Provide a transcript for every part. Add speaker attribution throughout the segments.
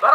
Speaker 1: Better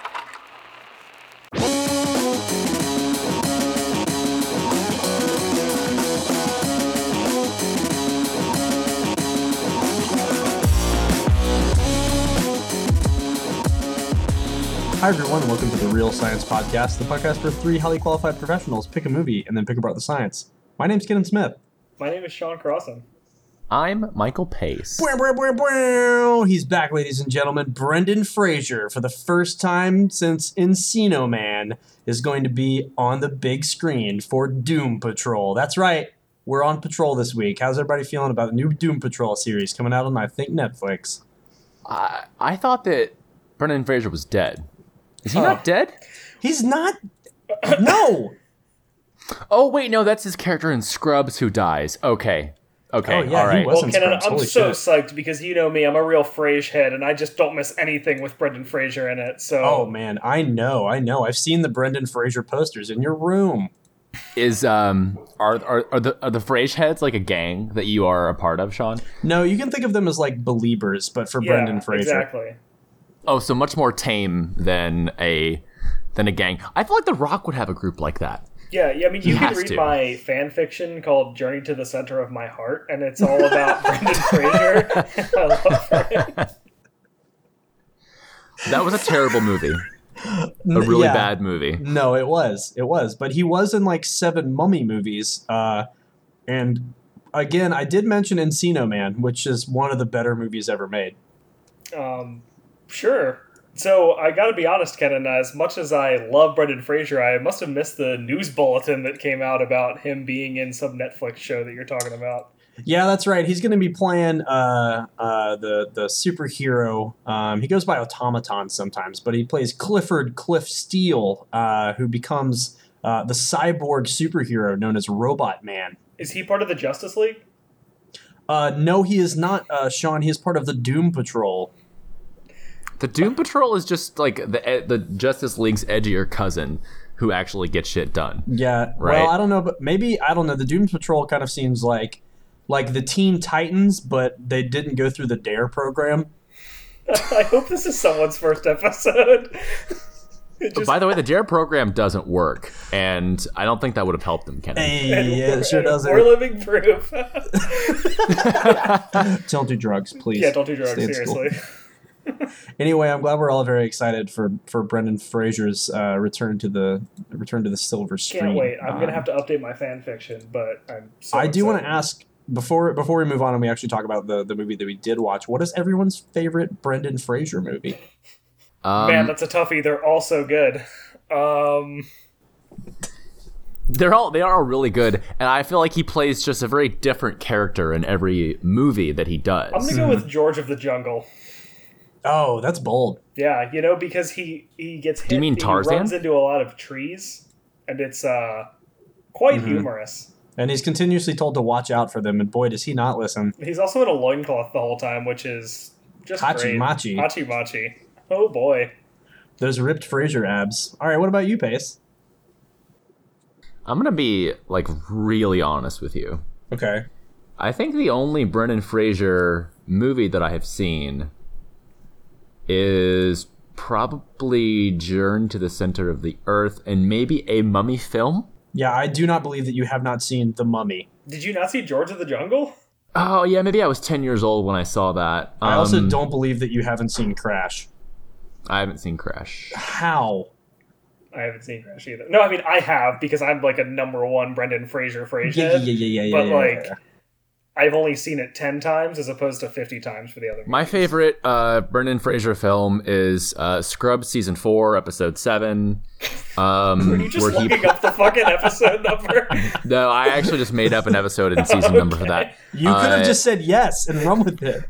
Speaker 2: Hi, everyone. Welcome to the Real Science Podcast, the podcast where three highly qualified professionals pick a movie and then pick apart the science. My name's Kenan Smith.
Speaker 3: My name is Sean Crossan.
Speaker 4: I'm Michael Pace.
Speaker 2: Bwah, bwah, bwah, bwah. He's back, ladies and gentlemen. Brendan Fraser, for the first time since Encino Man, is going to be on the big screen for Doom Patrol. That's right. We're on patrol this week. How's everybody feeling about the new Doom Patrol series coming out on, I think, Netflix?
Speaker 4: I, I thought that Brendan Fraser was dead. Is he not dead?
Speaker 2: He's not. No!
Speaker 4: Oh wait, no, that's his character in Scrubs who dies. Okay, okay,
Speaker 2: Oh, yeah,
Speaker 4: all right.
Speaker 2: he was.
Speaker 3: Well,
Speaker 2: Wasn't
Speaker 3: Kenan,
Speaker 2: Scrubs,
Speaker 3: I'm
Speaker 2: holy
Speaker 3: so
Speaker 2: shit.
Speaker 3: psyched because you know me, I'm a real Frasier head, and I just don't miss anything with Brendan Fraser in it. So,
Speaker 2: Oh, man. I know. I know. I've seen the Brendan Fraser posters in your room.
Speaker 4: Is um are are, are the are the Frage heads like a gang that you are a part of, Sean?
Speaker 2: No, you can think of them as like believers, but for
Speaker 3: yeah,
Speaker 2: Brendan Fraser.
Speaker 3: exactly.
Speaker 4: Oh, so much more tame than a than a gang. I feel like The Rock would have a group like that.
Speaker 3: Yeah, yeah. I mean, you can
Speaker 4: has
Speaker 3: read
Speaker 4: to.
Speaker 3: my fan fiction called "Journey to the Center of My Heart," and it's all about Brendan Fraser. I love it.
Speaker 4: That was a terrible movie, a really
Speaker 2: yeah.
Speaker 4: bad movie.
Speaker 2: No, it was. It was. But he was in like seven mummy movies. Uh, and again, I did mention Encino Man, which is one of the better movies ever made.
Speaker 3: Um, sure. So I got to be honest, Kenan. As much as I love Brendan Fraser, I must have missed the news bulletin that came out about him being in some Netflix show that you're talking about.
Speaker 2: Yeah, that's right. He's going to be playing uh, uh, the the superhero. Um, he goes by Automaton sometimes, but he plays Clifford Cliff Steele, uh, who becomes uh, the cyborg superhero known as Robot Man.
Speaker 3: Is he part of the Justice League?
Speaker 2: Uh, no, he is not, uh, Sean. He is part of the Doom Patrol.
Speaker 4: The Doom Patrol is just like the the Justice League's edgier cousin who actually gets shit done.
Speaker 2: Yeah.
Speaker 4: Right.
Speaker 2: Well, I don't know, but maybe I don't know. The Doom Patrol kind of seems like like the Teen Titans, but they didn't go through the Dare E program.
Speaker 3: I hope this is someone's first episode. It just-
Speaker 4: By the way, the Dare program doesn't work, and I don't think that would have helped them, Kenneth.
Speaker 2: Hey, yeah, it sure doesn't.
Speaker 3: We're living proof.
Speaker 2: Don't do drugs, please.
Speaker 3: yeah, don't do drugs
Speaker 2: Stay in school.
Speaker 3: seriously.
Speaker 2: Anyway, I'm glad we're all very excited for for Brendan Fraser's uh, return to the return to the silver screen.
Speaker 3: Can't wait. I'm gonna
Speaker 2: Um,
Speaker 3: have to update my fan fiction, but I'm. So
Speaker 2: I do want to
Speaker 3: excited.
Speaker 2: ask before before we move on and we actually talk about the the movie that we did watch. What is everyone's favorite Brendan Fraser movie?
Speaker 4: Um,
Speaker 3: Man, that's a toughie. They're all so good. Um,
Speaker 4: they're all they are all really good and i feel like he plays just a very different character in every movie that he does
Speaker 3: I'm gonna
Speaker 2: Hmm.
Speaker 3: go with George of the Jungle.
Speaker 2: Oh, that's bold.
Speaker 3: Yeah, you know, because he he gets hit.
Speaker 4: you mean Tarzan?
Speaker 3: He runs into a lot of trees, and it's uh quite
Speaker 2: Mm-hmm.
Speaker 3: humorous.
Speaker 2: And he's continuously told to watch out for them, and boy, does he not listen.
Speaker 3: He's also in a loincloth the whole time, which is just
Speaker 2: Hachi
Speaker 3: great.
Speaker 2: machi.
Speaker 3: Hachi machi. Oh boy.
Speaker 2: Those ripped Fraser abs. All right, what about you, Pace?
Speaker 4: I'm gonna be like really honest with you
Speaker 2: Okay.
Speaker 4: i think the only brendan fraser movie that i have seen is probably journey to the center of the earth and maybe a mummy film
Speaker 2: Yeah, I do not believe that you have not seen The Mummy.
Speaker 3: Did you not see George of the Jungle?
Speaker 4: oh yeah maybe i was 10 years old when i saw that
Speaker 2: I also
Speaker 4: Um,
Speaker 2: don't believe that you haven't seen Crash.
Speaker 4: i haven't seen crash
Speaker 2: How?
Speaker 3: I haven't seen Crash either. No, I mean I have because I'm like a number one Brendan Fraser Fraser.
Speaker 2: Yeah, yeah, yeah, yeah, yeah.
Speaker 3: but
Speaker 2: yeah,
Speaker 3: like
Speaker 2: yeah.
Speaker 3: I've only seen it ten times as opposed to fifty times for the other.
Speaker 4: My favorite uh, Brendan Fraser film is uh, Scrubs season four, episode seven. Um,
Speaker 3: Are you just
Speaker 4: where he,
Speaker 3: looking up the fucking episode number?
Speaker 4: no, I actually just made up an episode and season number for that.
Speaker 2: you could have
Speaker 4: uh,
Speaker 2: just said yes and run with it.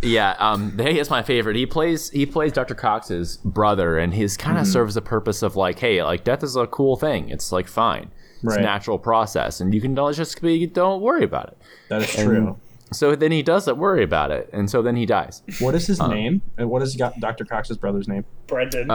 Speaker 4: Yeah, um, he is my favorite. He plays he plays Dr. Cox's brother, and he's kind of serves the purpose of like, hey, like death is a cool thing. It's like fine, it's
Speaker 2: Right.
Speaker 4: a natural process, and you can don't- just be don't worry about it.
Speaker 2: That is
Speaker 4: And
Speaker 2: true.
Speaker 4: So then he doesn't worry about it, and so then he dies.
Speaker 2: What is his name? And what is got Dr. Cox's brother's name?
Speaker 3: Brendan.
Speaker 2: Uh,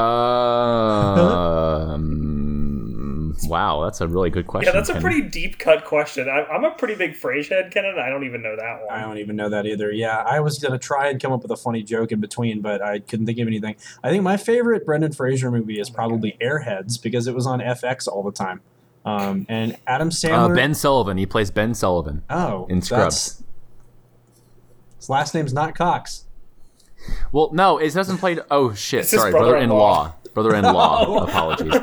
Speaker 4: Um, wow, that's a really good
Speaker 3: yeah,
Speaker 4: question.
Speaker 3: that's a
Speaker 4: Ken.
Speaker 3: pretty deep cut question. I, I'm a pretty big Frasier head, Kenan. I don't even know that one.
Speaker 2: I don't even know that either. Yeah, I was gonna try and come up with a funny joke in between, but I couldn't think of anything. I think my favorite Brendan Fraser movie is probably Airheads because it was on FX all the time. Um, and Adam
Speaker 4: Uh,
Speaker 2: Sandler.
Speaker 4: ben Sullivan. He plays Ben Sullivan
Speaker 2: oh,
Speaker 4: in
Speaker 2: that's-
Speaker 4: Scrubs.
Speaker 2: His last name's not Cox.
Speaker 4: Well, no, it doesn't play. Oh shit!
Speaker 3: It's his
Speaker 4: sorry, brother-in-law. Brother-in-law. Apologies.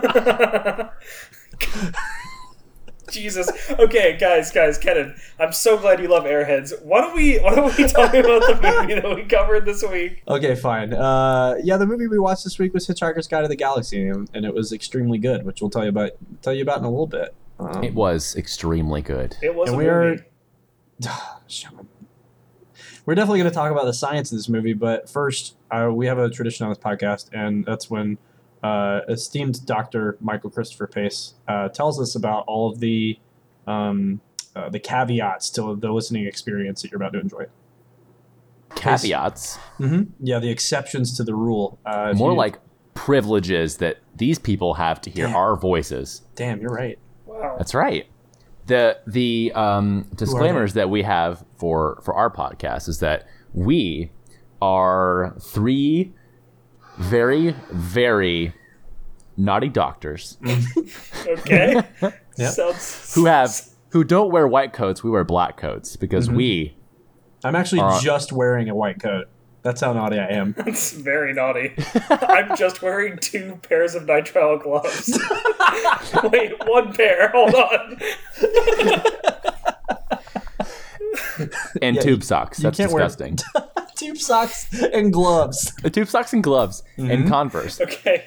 Speaker 3: Jesus. Okay, guys, guys, Kenan, I'm so glad you love Airheads. Why don't we why don't we talk about the movie that we covered this week?
Speaker 2: Okay, fine. Uh, yeah, the movie we watched this week was Hitchhiker's Guide to the Galaxy, and and it was extremely good, which we'll tell you about tell you about in a little bit. Um,
Speaker 4: It was extremely good.
Speaker 3: It was
Speaker 2: And
Speaker 3: a
Speaker 2: we are-
Speaker 3: movie.
Speaker 2: Shaman. We're definitely going to talk about the science of this movie, but first, uh, we have a tradition on this podcast, and that's when uh, esteemed Dr. Michael Christopher Pace uh, tells us about all of the um, uh, the caveats to the listening experience that you're about to enjoy.
Speaker 4: Caveats.
Speaker 2: Mm-hmm. Yeah, the exceptions to the rule. Uh, if
Speaker 4: More
Speaker 2: you-
Speaker 4: like privileges that these people have to hear
Speaker 2: Damn.
Speaker 4: our voices.
Speaker 2: damn, you're right.
Speaker 3: Wow.
Speaker 4: That's right. The the um, disclaimers that we have for for our podcast is that we are three very very naughty doctors
Speaker 3: Okay.
Speaker 2: Yep.
Speaker 3: Sounds
Speaker 4: who have who don't wear white coats. We wear black coats because
Speaker 2: Mm-hmm.
Speaker 4: we
Speaker 2: I'm actually
Speaker 4: Uh,
Speaker 2: just wearing a white coat. That's how naughty I am.
Speaker 3: sounds very naughty. I'm just wearing two pairs of nitrile gloves. Wait, one pair. Hold on.
Speaker 4: and
Speaker 2: Yeah,
Speaker 4: tube socks. That's
Speaker 2: can't wear-
Speaker 4: disgusting.
Speaker 2: Tube socks and gloves.
Speaker 4: The tube socks and gloves
Speaker 2: Mm-hmm.
Speaker 4: and Converse.
Speaker 3: Okay.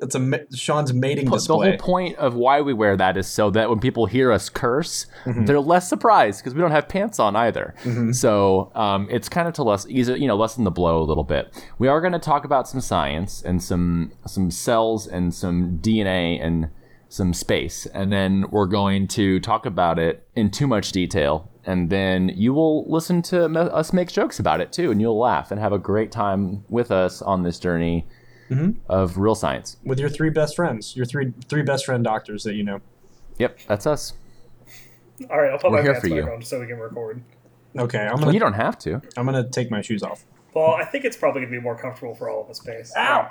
Speaker 2: It's a ma- Sean's mating
Speaker 4: But the
Speaker 2: display.
Speaker 4: whole point of why we wear that is so that when people hear us curse, they're less surprised because we don't have pants on either. So um, it's kind of to less, ease- you know, lessen the blow a little bit. We are going to talk about some science and some some cells and some DNA and some space, and then we're going to talk about it in too much detail. And then you will listen to me- us make jokes about it too, and you'll laugh and have a great time with us on this journey of real science.
Speaker 2: with your three best friends, your three three best friend doctors that you know.
Speaker 4: Yep, that's us.
Speaker 3: All right, I'll put
Speaker 4: We're
Speaker 3: my
Speaker 4: here
Speaker 3: pants
Speaker 4: for
Speaker 3: back
Speaker 4: you.
Speaker 3: on so we can record.
Speaker 2: Okay, I'm
Speaker 4: Well,
Speaker 2: gonna
Speaker 4: you don't have to.
Speaker 2: I'm gonna take my shoes off.
Speaker 3: Well, I think it's probably going to be more comfortable for all of us, Pace.
Speaker 2: Ow!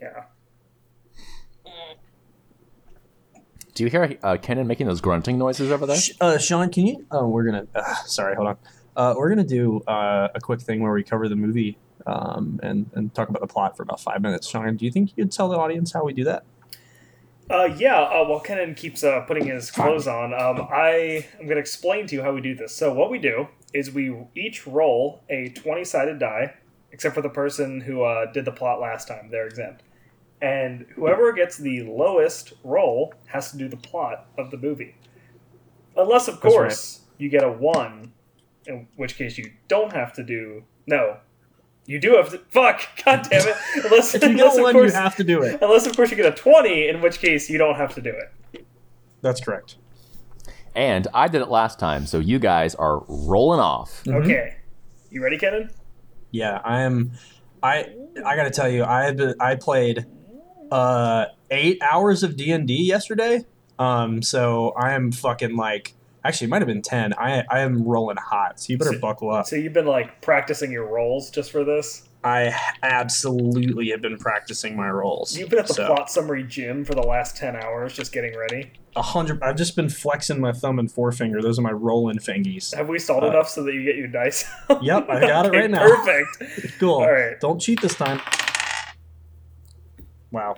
Speaker 3: Yeah.
Speaker 4: Do you hear uh, Kenan making those grunting noises over there?
Speaker 2: Sh- Uh, Sean, can you? Oh, we're gonna. Uh, sorry, hold on. Uh, we're gonna do uh, a quick thing where we cover the movie um, and and talk about the plot for about five minutes. Sean, do you think you could tell the audience how we do that?
Speaker 3: Uh, yeah, uh, while Kenan keeps uh, putting his clothes on, um, I am going to explain to you how we do this. So, what we do is we each roll a 20 sided die, except for the person who uh, did the plot last time. They're exempt. And whoever gets the lowest roll has to do the plot of the movie. Unless, of
Speaker 2: That's
Speaker 3: course, you get a 1, in which case you don't have to do. No. You do have to. Fuck! God damn it! Unless,
Speaker 2: If you
Speaker 3: unless
Speaker 2: get
Speaker 3: of
Speaker 2: one, you
Speaker 3: course,
Speaker 2: have to do it.
Speaker 3: Unless, of course, you get a 20, in which case you don't have to do it.
Speaker 2: That's correct.
Speaker 4: And I did it last time, so you guys are rolling off.
Speaker 2: Mm-hmm.
Speaker 3: Okay. You ready, Kenan?
Speaker 2: Yeah, I am. I I gotta tell you, I have been, I played uh, eight hours of D and D yesterday. Um, so I am fucking like. Actually, it might have been ten. I I am rolling hot, so you better
Speaker 3: So-
Speaker 2: buckle up.
Speaker 3: So you've been, like, practicing your roles just for this?
Speaker 2: I absolutely have been practicing my roles.
Speaker 3: You've been at the
Speaker 2: so,
Speaker 3: plot summary gym for the last 10 hours just getting ready.
Speaker 2: A hundred. I've just been flexing my thumb and forefinger. Those are my rolling fingies.
Speaker 3: Have we stalled
Speaker 2: Uh,
Speaker 3: enough so that you get your dice?
Speaker 2: Yep, I got it
Speaker 3: Okay,
Speaker 2: right now.
Speaker 3: Perfect.
Speaker 2: Cool.
Speaker 3: All right.
Speaker 2: Don't cheat this time. Wow.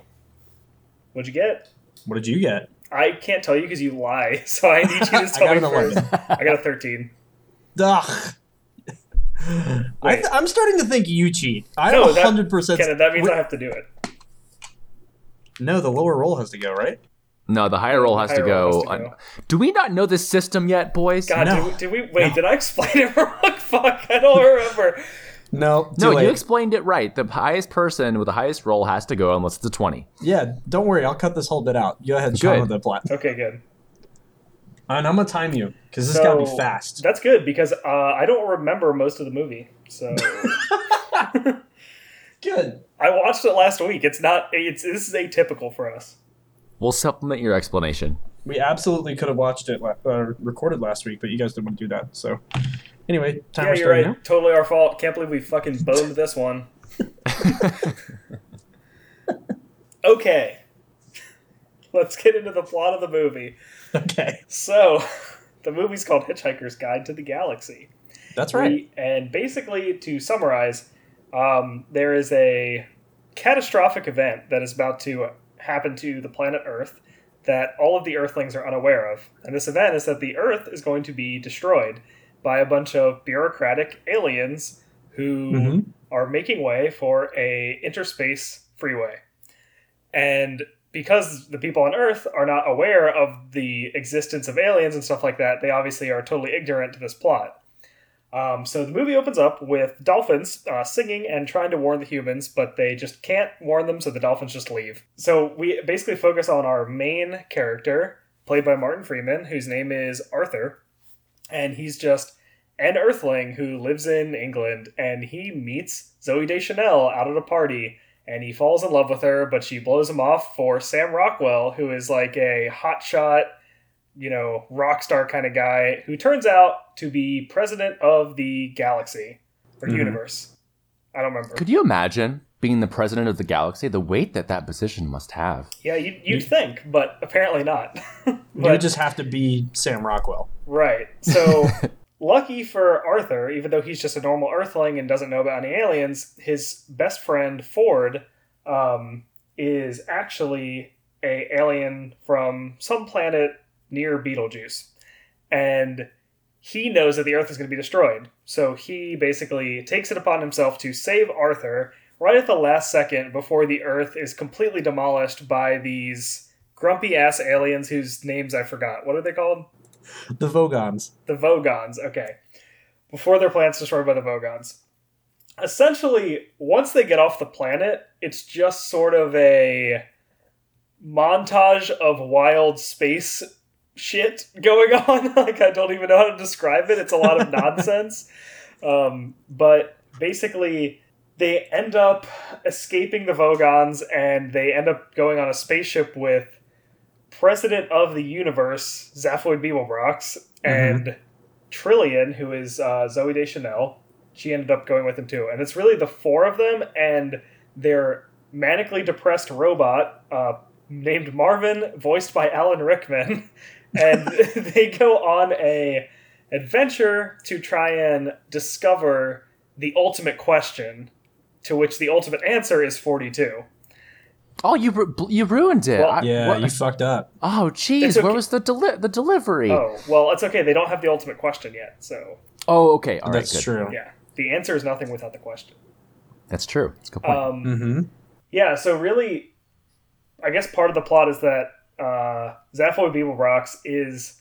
Speaker 3: What'd you get?
Speaker 2: What did you get?
Speaker 3: I can't tell you because you lie, so I need you to
Speaker 2: I
Speaker 3: tell
Speaker 2: got
Speaker 3: me
Speaker 2: an
Speaker 3: first.
Speaker 2: 11.
Speaker 3: I got a 13.
Speaker 2: Ugh. I
Speaker 3: Wait.
Speaker 2: am starting to think you cheat. I'm
Speaker 3: No,
Speaker 2: a
Speaker 3: that-
Speaker 2: 100%.
Speaker 3: Kenan, that means
Speaker 2: Wait,
Speaker 3: I have to do it.
Speaker 2: No, the lower roll has to go, right?
Speaker 4: No, the higher roll has
Speaker 3: Higher
Speaker 4: to go.
Speaker 3: roll has to go.
Speaker 4: Do we not know this system yet, boys?
Speaker 3: God,
Speaker 2: No.
Speaker 3: did, we, did we. Wait, did I explain it wrong? Fuck, I don't remember.
Speaker 2: No.
Speaker 4: no,
Speaker 2: too
Speaker 4: you
Speaker 2: late.
Speaker 4: explained it right. The highest person with the highest roll has to go unless it's a 20.
Speaker 2: yeah, don't worry. I'll cut this whole bit out. Go ahead, Sean,
Speaker 4: Good.
Speaker 2: with the plot.
Speaker 3: Okay, good.
Speaker 2: And I'm gonna time you because this gotta be
Speaker 3: So,
Speaker 2: fast.
Speaker 3: That's good because uh, I don't remember most of the movie. So
Speaker 2: Good.
Speaker 3: I watched it last week. It's not. It's this is atypical for us.
Speaker 4: We'll supplement your explanation.
Speaker 2: We absolutely could have watched it la- uh, recorded last week, but you guys didn't want to do that. So, anyway,
Speaker 3: Yeah,
Speaker 2: timer
Speaker 3: you're
Speaker 2: starting
Speaker 3: right. Totally our fault. Can't believe we fucking boned this one. Okay, let's get into the plot of the movie.
Speaker 2: now. Okay,
Speaker 3: So, the movie's called Hitchhiker's Guide to the Galaxy.
Speaker 2: that's right.
Speaker 3: We- and basically, to summarize, um, there is a catastrophic event that is about to happen to the planet Earth that all of the Earthlings are unaware of. And this event is that the Earth is going to be destroyed by a bunch of bureaucratic aliens who
Speaker 2: Mhm.
Speaker 3: are making way for a interspace freeway. And because the people on Earth are not aware of the existence of aliens and stuff like that, they obviously are totally ignorant to this plot. Um, so the movie opens up with dolphins uh, singing and trying to warn the humans, but they just can't warn them, so the dolphins just leave. So we basically focus on our main character, played by Martin Freeman, whose name is Arthur, and he's just an Earthling who lives in England, and he meets Zoe Deschanel out at a party, and he falls in love with her, but she blows him off for Sam Rockwell, who is like a hotshot, you know, rock star kind of guy who turns out to be president of the galaxy or
Speaker 2: Mhm.
Speaker 3: universe. I don't remember.
Speaker 4: Could you imagine being the president of the galaxy? The weight that that position must have.
Speaker 3: yeah, you'd, you'd think, but apparently not.
Speaker 2: you
Speaker 3: But-
Speaker 2: would just have to be Sam Rockwell.
Speaker 3: Right. So lucky for Arthur, even though he's just a normal Earthling and doesn't know about any aliens, his best friend Ford um, is actually a alien from some planet near Beetlejuice, and he knows that the Earth is going to be destroyed. So he basically takes it upon himself to save Arthur right at the last second before the Earth is completely demolished by these grumpy ass aliens whose names I forgot. What are they called?
Speaker 2: The Vogons.
Speaker 3: The Vogons, okay. Before their planet's destroyed by the Vogons. Essentially, once they get off the planet, it's just sort of a montage of wild space shit going on. like, I don't even know how to describe it. It's a lot of nonsense. Um, but basically, they end up escaping the Vogons and they end up going on a spaceship with president of the universe, Zaphoid Beeblebrox, and Trillion, who is uh, Zoe Deschanel. She ended up going with him too. And it's really the four of them and their manically depressed robot uh, named Marvin, voiced by Alan Rickman. And they go on a adventure to try and discover the ultimate question, to which the ultimate answer is 42.
Speaker 4: Oh, you ru- you ruined it.
Speaker 3: Well,
Speaker 4: I-
Speaker 2: Yeah,
Speaker 4: Uh, what-
Speaker 2: you fucked up.
Speaker 4: oh, jeez,
Speaker 3: It's
Speaker 4: where
Speaker 3: okay.
Speaker 4: was the deli- the delivery? Oh,
Speaker 3: Oh, well, it's okay. They don't have the ultimate question yet. So,
Speaker 4: Oh, okay, all right,
Speaker 2: that's
Speaker 4: good.
Speaker 2: true.
Speaker 3: yeah. The answer is nothing without the question.
Speaker 4: That's true. That's a good point.
Speaker 3: Um,
Speaker 2: Mm-hmm.
Speaker 3: Yeah, so really, I guess part of the plot is that uh, Zaphoid Beeblebrox is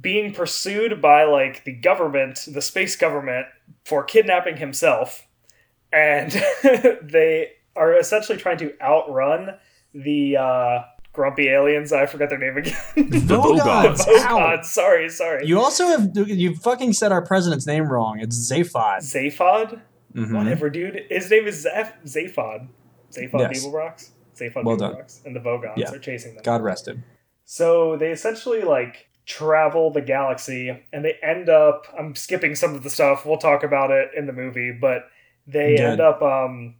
Speaker 3: being pursued by like the government, the space government, for kidnapping himself, and they are essentially trying to outrun the uh, grumpy aliens. I forgot their name again.
Speaker 2: Vogons.
Speaker 3: oh
Speaker 2: Ow.
Speaker 3: God, sorry, sorry.
Speaker 2: You also have you fucking said our president's name wrong. It's Zaphod.
Speaker 3: Zaphod,
Speaker 2: Mhm.
Speaker 3: whatever, dude. His name is Zaph- Zaphod. Zaphod
Speaker 2: Yes.
Speaker 3: Beeblebrox. Zaphod
Speaker 2: Well done.
Speaker 3: Beeblebrox, and the Vogons
Speaker 2: Yeah.
Speaker 3: are chasing them.
Speaker 2: God rest him.
Speaker 3: So they essentially like travel the galaxy and they end up I'm skipping some of the stuff. We'll talk about it in the movie, but they
Speaker 2: Good.
Speaker 3: end up um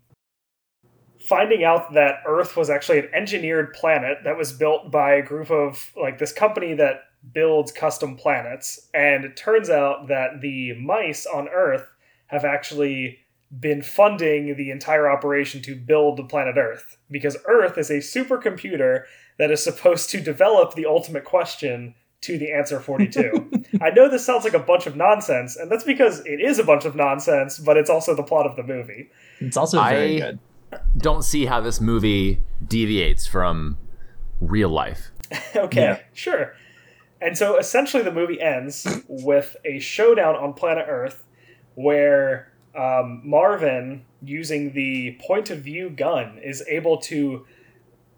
Speaker 3: finding out that Earth was actually an engineered planet that was built by a group of like this company that builds custom planets and it turns out that the mice on Earth have actually been funding the entire operation to build the planet Earth because Earth is a supercomputer that is supposed to develop the ultimate question to the answer 42. I know this sounds like a bunch of nonsense, and that's because it is a bunch of nonsense, but it's also the plot of the movie.
Speaker 2: It's also very
Speaker 4: I-
Speaker 2: good.
Speaker 4: Don't see how this movie deviates from real life.
Speaker 3: okay,
Speaker 2: Yeah.
Speaker 3: sure. And so essentially, the movie ends with a showdown on planet Earth where um, Marvin, using the point of view gun, is able to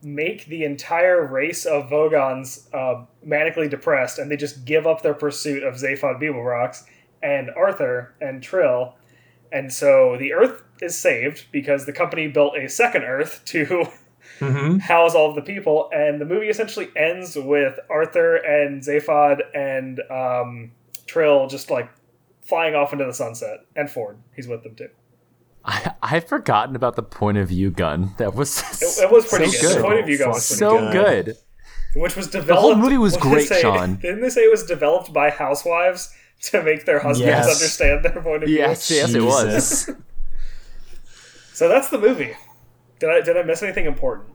Speaker 3: make the entire race of Vogons uh, manically depressed, and they just give up their pursuit of Zaphod Beeblebrox and Arthur and Trill. And so the Earth is saved because the company built a second Earth to
Speaker 2: Mm-hmm.
Speaker 3: house all of the people. And the movie essentially ends with Arthur and Zaphod and um, Trill just like flying off into the sunset. And Ford, he's with them too.
Speaker 4: I, I've forgotten about the point of view gun. That was
Speaker 3: It, it was pretty
Speaker 4: so
Speaker 3: good. The
Speaker 4: good.
Speaker 3: point of view guy was
Speaker 2: Fuck.
Speaker 3: pretty
Speaker 4: so
Speaker 2: Pretty good.
Speaker 4: good.
Speaker 3: which was developed.
Speaker 4: whole movie was
Speaker 3: what did
Speaker 4: great,
Speaker 3: they say?
Speaker 4: Sean.
Speaker 3: Didn't they say it was developed by housewives to make their husbands
Speaker 2: Yes.
Speaker 3: understand their point of view?
Speaker 4: Yes, yes, it was.
Speaker 3: So that's the movie. Did I did I miss anything important?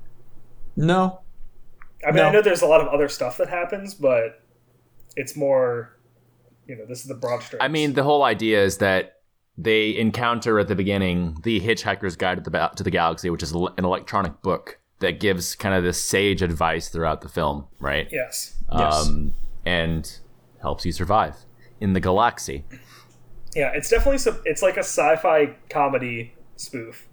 Speaker 2: No.
Speaker 3: I mean,
Speaker 2: No.
Speaker 3: I know there's a lot of other stuff that happens, but it's more, you know, this is the broad strokes.
Speaker 4: I mean, the whole idea is that they encounter at the beginning the Hitchhiker's Guide to the, Ba- to the Galaxy, which is an electronic book that gives kind of this sage advice throughout the film, right?
Speaker 3: yes,
Speaker 2: Yes.
Speaker 4: Um, and helps you survive in the galaxy.
Speaker 3: yeah, it's definitely some, it's like a sci-fi comedy spoof.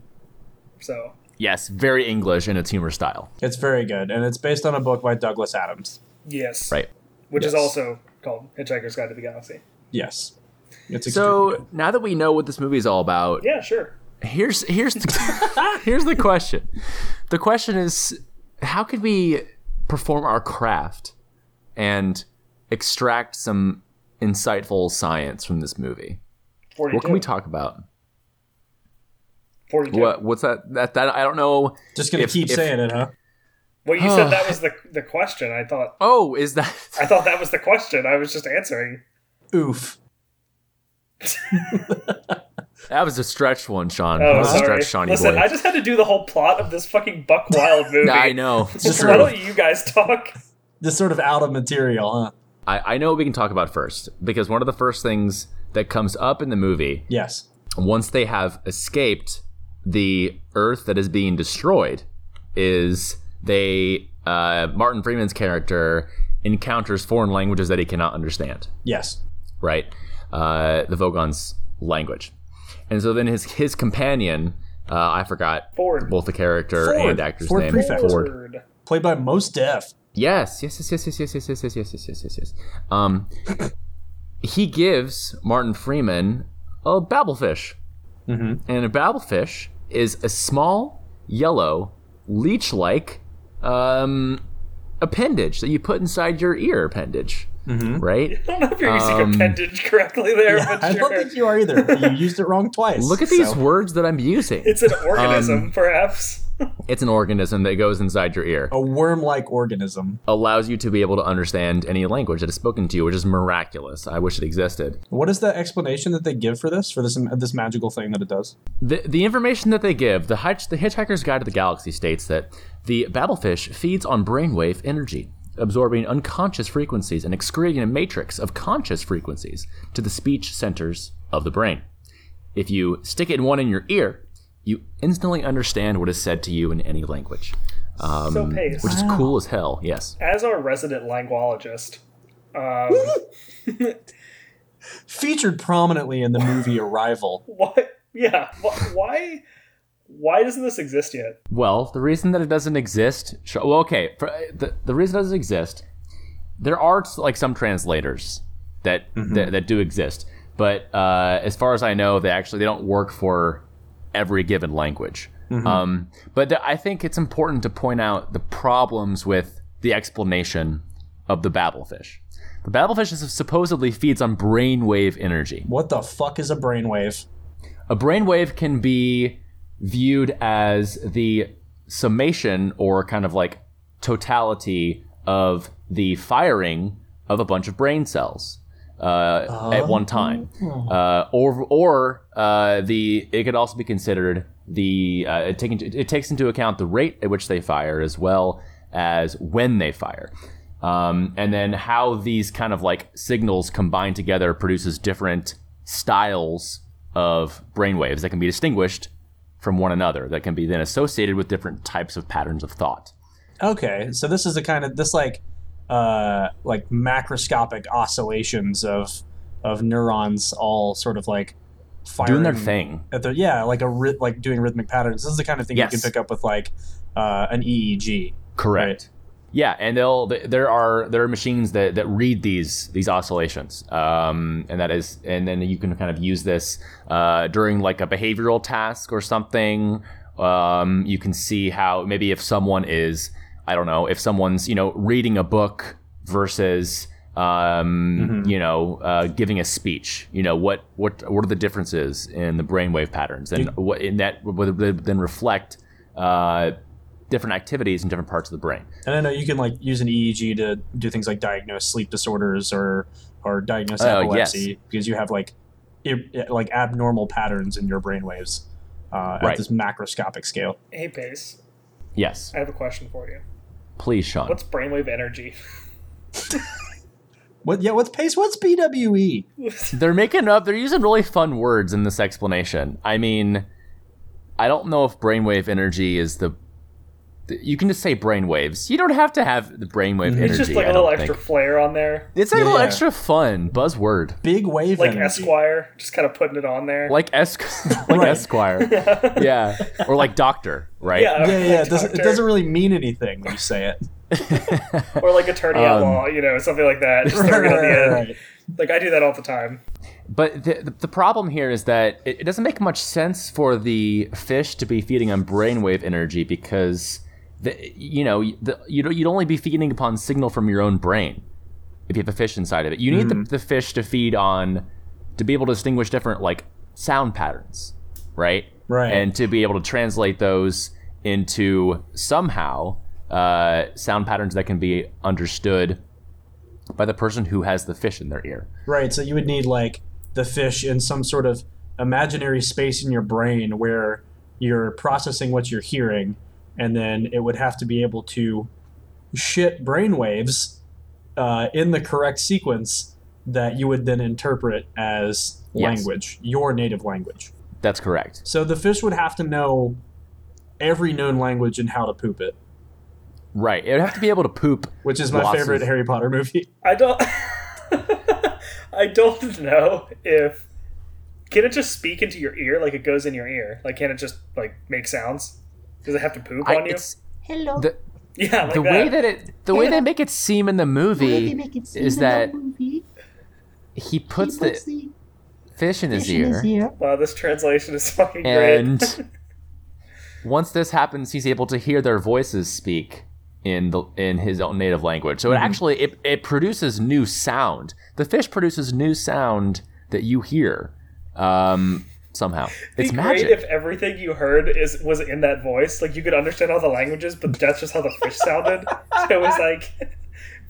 Speaker 3: So
Speaker 4: Yes, very English in its humor style.
Speaker 2: It's very good, and it's based on a book by Douglas Adams.
Speaker 3: yes,
Speaker 4: Right.
Speaker 3: which is
Speaker 2: Yes.
Speaker 3: also called Hitchhiker's Guide to the Galaxy.
Speaker 2: Yes. It's extremely
Speaker 4: So
Speaker 2: good.
Speaker 4: now that we know what this movie is all about,
Speaker 3: Yeah, sure.
Speaker 4: here's here's the, here's the question. The question is, how could we perform our craft and extract some insightful science from this movie?
Speaker 3: Forty-two.
Speaker 4: What can we talk about?
Speaker 3: Forty-two.
Speaker 4: What what's that? That that I don't know.
Speaker 2: just gonna
Speaker 4: if-
Speaker 2: keep
Speaker 4: if-
Speaker 2: saying it, huh?
Speaker 3: Well, you said that was the the question. I thought
Speaker 4: Oh, is that
Speaker 3: I thought that was the question. I was just answering.
Speaker 2: Oof.
Speaker 4: that was a stretch one, Sean?
Speaker 3: Oh,
Speaker 4: that was
Speaker 3: sorry.
Speaker 4: a stretch, Shawnee
Speaker 3: Listen,
Speaker 4: boy.
Speaker 3: I just had to do the whole plot of this fucking Buck Wild movie.
Speaker 4: Nah, I know. It's
Speaker 2: Just
Speaker 3: So
Speaker 4: true.
Speaker 3: Why don't you guys talk?
Speaker 2: This sort of out of material, huh?
Speaker 4: I, I know what we can talk about first because one of the first things that comes up in the movie
Speaker 2: Yes.
Speaker 4: once they have escaped the Earth that is being destroyed, is they uh, Martin Freeman's character encounters foreign languages that he cannot understand.
Speaker 2: Yes.
Speaker 4: Right, uh, the Vogon's language, and so then his his companion. Uh, I forgot
Speaker 3: Ford.
Speaker 4: both the character
Speaker 2: Ford.
Speaker 4: and actor's
Speaker 2: Ford
Speaker 4: name.
Speaker 2: Prefect.
Speaker 4: Ford.
Speaker 3: Ford.
Speaker 2: Played by Most Def.
Speaker 4: Yes, yes, yes, yes, yes, yes, yes, yes, yes, yes, yes, yes, yes, yes. Um, he gives Martin Freeman a babblefish, mm-hmm. and a babblefish is a small yellow leech-like um, appendage that you put inside your ear appendage, right?
Speaker 3: I don't know if you're using
Speaker 4: Um,
Speaker 3: appendage correctly there, but
Speaker 2: I
Speaker 3: sure.
Speaker 2: don't think you are either. but You used it wrong twice.
Speaker 4: Look at these
Speaker 2: so-
Speaker 4: words that I'm using.
Speaker 3: it's an organism, perhaps.
Speaker 4: It's an organism that goes inside your ear,
Speaker 2: A worm-like organism.
Speaker 4: allows you to be able to understand any language that is spoken to you, which is miraculous. I wish it existed.
Speaker 2: What is the explanation that they give for this? For this this magical thing that it does?
Speaker 4: The, the information that they give, the, hitch, the Hitchhiker's Guide to the Galaxy states that the babblefish feeds on brainwave energy, absorbing unconscious frequencies and excreting a matrix of conscious frequencies to the speech centers of the brain. If you stick it in one in your ear, you instantly understand what is said to you in any language,
Speaker 3: so
Speaker 4: um,
Speaker 3: pace.
Speaker 4: which is cool as hell. Yes.
Speaker 3: As our resident languologist,
Speaker 2: Featured prominently in the movie Arrival.
Speaker 3: why? Yeah, wh- why? Why doesn't this exist yet?
Speaker 4: Well, the reason that it doesn't exist. sh- Well, okay. for- the, the reason it doesn't exist, there are like some translators that that, that do exist, but uh, as far as I know, they actually they don't work for every given language. Um, but th- I think it's important to point out the problems with the explanation of the babblefish. The babblefish is supposedly feeds on brainwave energy.
Speaker 2: What the fuck is a brainwave?
Speaker 4: A brainwave can be viewed as the summation or kind of like totality of the firing of a bunch of brain cells uh, at one time, uh, or or uh, the it could also be considered the uh, it, taking, it takes into account the rate at which they fire as well as when they fire. Um, and then how these kind of like signals combined together produces different styles of brainwaves that can be distinguished from one another that can be then associated with different types of patterns of thought.
Speaker 2: Okay, so this is the kind of this like uh like macroscopic oscillations of of neurons all sort of like firing
Speaker 4: Doing their thing.
Speaker 2: at their yeah, like a ry- like doing rhythmic patterns. This is the kind of thing
Speaker 4: Yes.
Speaker 2: you can pick up with like uh an EEG.
Speaker 4: Correct.
Speaker 2: Right.
Speaker 4: Yeah, and they'll th- there are there are machines that, that read these these oscillations, um, and that is and then you can kind of use this uh, during like a behavioral task or something. Um, you can see how maybe if someone is I don't know if someone's you know reading a book versus um, you know uh, giving a speech. You know what what what are the differences in the brainwave patterns and what in that would would then reflect. Uh, different activities in different parts of the brain.
Speaker 2: And I know you can like use an EEG to do things like diagnose sleep disorders or or diagnose
Speaker 4: Oh,
Speaker 2: epilepsy
Speaker 4: yes.
Speaker 2: because you have like ir- like abnormal patterns in your brainwaves uh,
Speaker 4: Right.
Speaker 2: at this macroscopic scale.
Speaker 3: Hey, Pace,
Speaker 4: Yes,
Speaker 3: I have a question for you.
Speaker 4: please, Sean.
Speaker 3: What's brainwave energy?
Speaker 2: What? Yeah. What's pace? What's E? BWE?
Speaker 4: they're making up. They're using really fun words in this explanation. I mean, I don't know if brainwave energy is the. You can just say brainwaves. You don't have to have the brainwave energy.
Speaker 3: It's just like
Speaker 4: I
Speaker 3: a little
Speaker 4: don't
Speaker 3: extra
Speaker 4: think.
Speaker 3: flair on there,
Speaker 4: It's like a little
Speaker 2: Yeah.
Speaker 4: extra fun buzzword,
Speaker 2: Big wave
Speaker 3: like
Speaker 2: energy.
Speaker 3: Esquire, just kind of putting it on there.
Speaker 4: like es- like
Speaker 2: Right.
Speaker 4: Esquire, yeah, or like doctor, right?
Speaker 2: Yeah,
Speaker 3: yeah, like
Speaker 2: yeah. It doesn't, it
Speaker 3: doctor,
Speaker 2: doesn't really mean anything when you say it.
Speaker 3: or like attorney at law,
Speaker 4: Um,
Speaker 3: you know, something like that. Just throwing it on the end. Like I do that all the time.
Speaker 4: But the, the problem here is that it, it doesn't make much sense for the fish to be feeding on brainwave energy because, the, you know, the, you'd, you'd only be feeding upon signal from your own brain if you have a fish inside of it. You need the, the fish to feed on, to be able to distinguish different, like, sound patterns, right?
Speaker 2: Right.
Speaker 4: And to be able to translate those into somehow uh, sound patterns that can be understood by the person who has the fish in their ear.
Speaker 2: Right. So you would need like the fish in some sort of imaginary space in your brain where you're processing what you're hearing, and then it would have to be able to shit brainwaves uh, in the correct sequence that you would then interpret as
Speaker 4: Yes.
Speaker 2: language, your native language.
Speaker 4: That's correct.
Speaker 2: So the fish would have to know every known language and how to poop it,
Speaker 4: Right. It would have to be able to poop.
Speaker 2: which is my
Speaker 4: Lots of-
Speaker 2: favorite Harry Potter movie.
Speaker 3: I don't. I don't know if can it just speak into your ear, like it goes in your ear. Like can it just like make sounds? Does it have to poop
Speaker 4: I-
Speaker 3: on you?
Speaker 4: it's, Hello. The,
Speaker 3: Yeah, like
Speaker 4: the
Speaker 3: that.
Speaker 4: way that it, the way they make it seem in the movie is that he puts the fish in his ear,
Speaker 3: Wow, this translation is fucking great.
Speaker 4: and once this happens, he's able to hear their voices speak in the in his own native language. So it actually it, it produces new sound. The fish produces new sound that you hear um, somehow. It's
Speaker 3: It'd be
Speaker 4: magic.
Speaker 3: great if everything you heard is was in that voice. Like you could understand all the languages, but that's just how the fish sounded. So it was like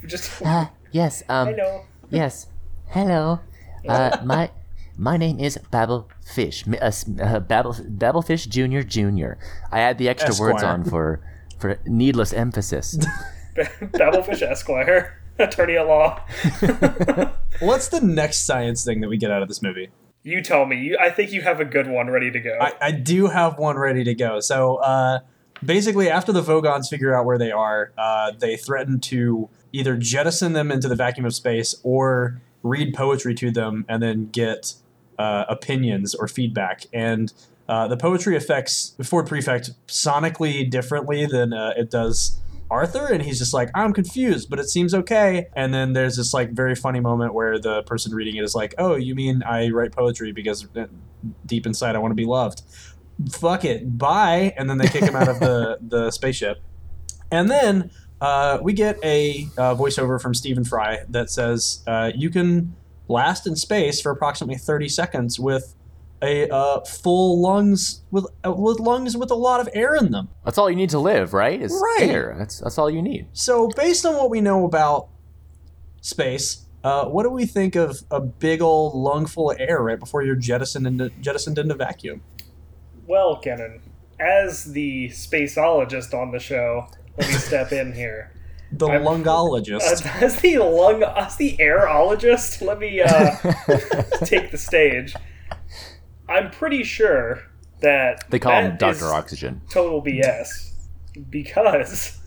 Speaker 3: just
Speaker 5: Uh, yes, um,
Speaker 3: I know.
Speaker 5: yes. Hello. Uh, my my name is Babble Fish. M- Uh, s- uh, Babble Babblefish Junior Junior. I add the extra words
Speaker 2: Esquire.
Speaker 5: on for for needless emphasis.
Speaker 3: Babblefish Esquire, attorney at law.
Speaker 2: What's the next science thing that we get out of this movie?
Speaker 3: You tell me. You, I think you have a good one ready to go.
Speaker 2: I, I do have one ready to go. So uh, basically, after the Vogons figure out where they are, uh, they threaten to either jettison them into the vacuum of space or read poetry to them and then get uh, opinions or feedback. And uh, the poetry affects Ford Prefect sonically differently than uh, it does Arthur, and he's just like, I'm confused, but it seems okay. And then there's this like very funny moment where the person reading it is like, Oh, you mean I write poetry because uh, deep inside I want to be loved. Fuck it, bye. And then they kick him out of the the spaceship. And then uh, we get a uh, voiceover from Stephen Fry that says uh, you can last in space for approximately 30 seconds with a uh, full lungs with uh, with lungs with a lot of air in them.
Speaker 4: that's all you need to live, right? Is
Speaker 2: Right.
Speaker 4: air. That's that's all you need.
Speaker 2: So, based on what we know about space, uh, what do we think of a big old lung full of air right before you're jettisoned into jettisoned into vacuum?
Speaker 3: Well, Kenan, as the spaceologist on the show, let me step in here.
Speaker 2: The
Speaker 3: I'm- Uh,
Speaker 2: lungologist.
Speaker 3: as the lung, as the airologist, let me uh, take the stage. I'm pretty sure that
Speaker 4: They call him
Speaker 3: that is
Speaker 4: Doctor Oxygen.
Speaker 3: Total BS, because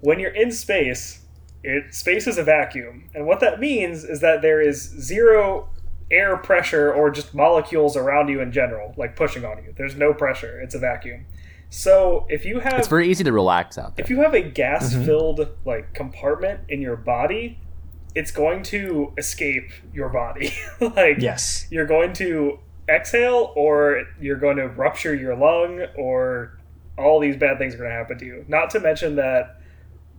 Speaker 3: when you're in space, it space is a vacuum, and what that means is that there is zero air pressure or just molecules around you in general, like pushing on you. There's no pressure. It's a vacuum. So if you have
Speaker 4: It's very easy to relax out there.
Speaker 3: if you have a gas filled like compartment in your body, it's going to escape your body. like
Speaker 2: Yes.
Speaker 3: you're going to exhale or you're going to rupture your lung or all these bad things are going to happen to you. Not to mention that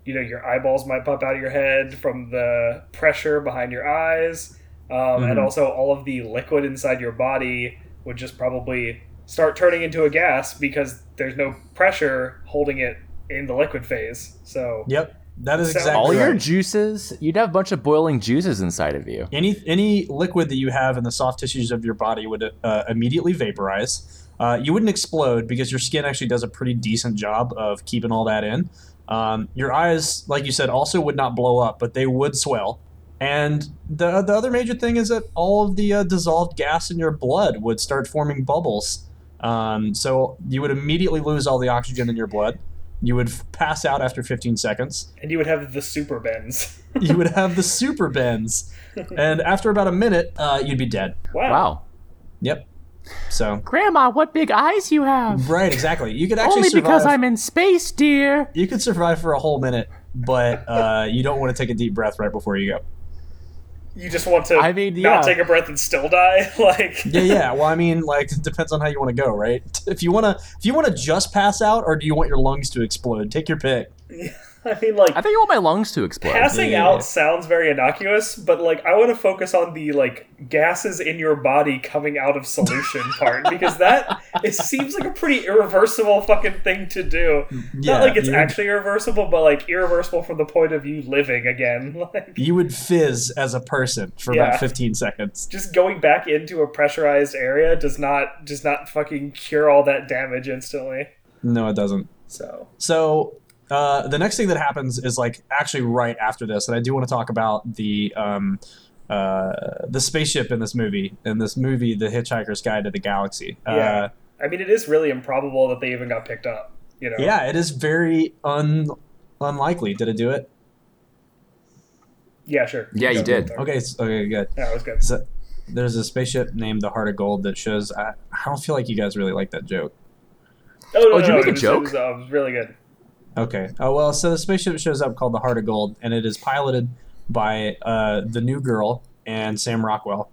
Speaker 3: you know your eyeballs might pop out of your head from the pressure behind your eyes um, and also all of the liquid inside your body would just probably start turning into a gas because there's no pressure holding it in the liquid phase so
Speaker 2: Yep. That is
Speaker 3: So-
Speaker 2: exactly
Speaker 4: all
Speaker 2: right.
Speaker 4: your juices, you'd have a bunch of boiling juices inside of you.
Speaker 2: any any liquid that you have in the soft tissues of your body would uh, immediately vaporize. Uh, you wouldn't explode because your skin actually does a pretty decent job of keeping all that in. Um, your eyes, like you said, also would not blow up, but they would swell. And the the other major thing is that all of the uh, dissolved gas in your blood would start forming bubbles. Um, so you would immediately lose all the oxygen in your blood. You would f- pass out after 15 seconds
Speaker 3: and you would have the super bends
Speaker 2: you would have the super bends. And after about a minute, uh, you'd be dead.
Speaker 3: wow,
Speaker 4: Wow.
Speaker 2: Yep. So
Speaker 5: Grandma, what big eyes you have!
Speaker 2: right, exactly. You could actually
Speaker 5: Only
Speaker 2: survive.
Speaker 5: because I'm in space, dear.
Speaker 2: you could survive for a whole minute, but uh, you don't want to take a deep breath right before you go.
Speaker 3: you just want to
Speaker 4: I mean, yeah.
Speaker 3: not take a breath and still die like
Speaker 2: Yeah, yeah. Well, I mean, like it depends on how you want to go, right? If you want to, if you want to just pass out, or do you want your lungs to explode? Take your pick.
Speaker 3: i mean like
Speaker 4: I think I want my lungs to explode.
Speaker 3: Passing
Speaker 4: Yeah.
Speaker 3: out sounds very innocuous, but like I want to focus on the like gases in your body coming out of solution part because that it seems like a pretty irreversible fucking thing to do.
Speaker 4: Mm,
Speaker 2: Yeah,
Speaker 3: Not like it's
Speaker 2: you-
Speaker 3: actually irreversible, but like irreversible from the point of you living again. Like
Speaker 2: You would fizz as a person for
Speaker 3: Yeah.
Speaker 2: about 15 seconds.
Speaker 3: just going back into a pressurized area does not does not fucking cure all that damage instantly.
Speaker 2: No, it doesn't.
Speaker 3: So
Speaker 2: So uh, the next thing that happens is like actually right after this, and I do want to talk about the um, uh, the spaceship in this movie. In this movie, The Hitchhiker's Guide to the Galaxy.
Speaker 3: Yeah.
Speaker 2: Uh,
Speaker 3: I mean, it is really improbable that they even got picked up. You know.
Speaker 2: yeah, it is very un unlikely. Did it do it?
Speaker 3: Yeah. Sure.
Speaker 4: Yeah, you
Speaker 3: Go.
Speaker 4: did.
Speaker 2: Okay, s- okay, good.
Speaker 3: That was good.
Speaker 2: So, there's a spaceship named the Heart of Gold that shows. I, I don't feel like you guys really like that joke.
Speaker 3: Oh, no,
Speaker 4: Oh, did you
Speaker 3: no,
Speaker 4: make a
Speaker 3: it was-
Speaker 4: joke?
Speaker 3: It was, uh, it was really good.
Speaker 2: Okay. Oh well, so the spaceship shows up called the Heart of Gold, and it is piloted by uh, the new girl and Sam Rockwell,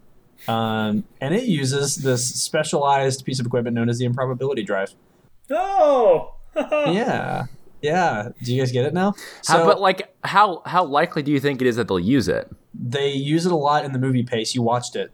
Speaker 2: um, and it uses this specialized piece of equipment known as the improbability drive.
Speaker 3: No.
Speaker 2: Yeah, yeah. Do you guys get it now?
Speaker 4: How,
Speaker 2: So
Speaker 4: but like, how how likely do you think it is that they'll use it?
Speaker 2: they use it a lot in the movie Pace. You watched it.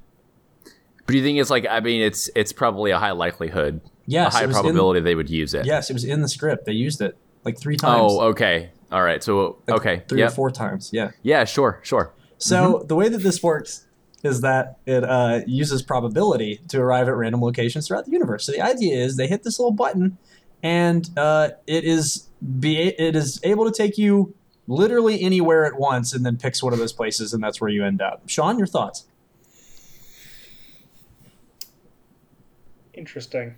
Speaker 4: But do you think it's like? I mean, it's it's probably a high likelihood, a
Speaker 2: Yes,
Speaker 4: high
Speaker 2: it was in-
Speaker 4: probability they would use it.
Speaker 2: yes, it was in the script. They used it like three times.
Speaker 4: Oh, okay. All right. So
Speaker 2: Like,
Speaker 4: okay.
Speaker 2: three
Speaker 4: yep.
Speaker 2: or four times. Yeah.
Speaker 4: Yeah. Sure. Sure.
Speaker 2: So the way that this works is that it uh, uses probability to arrive at random locations throughout the universe. So the idea is they hit this little button, and uh, it is be it is able to take you literally anywhere at once, and then picks one of those places, and that's where you end up. Sean, your thoughts?
Speaker 3: Interesting.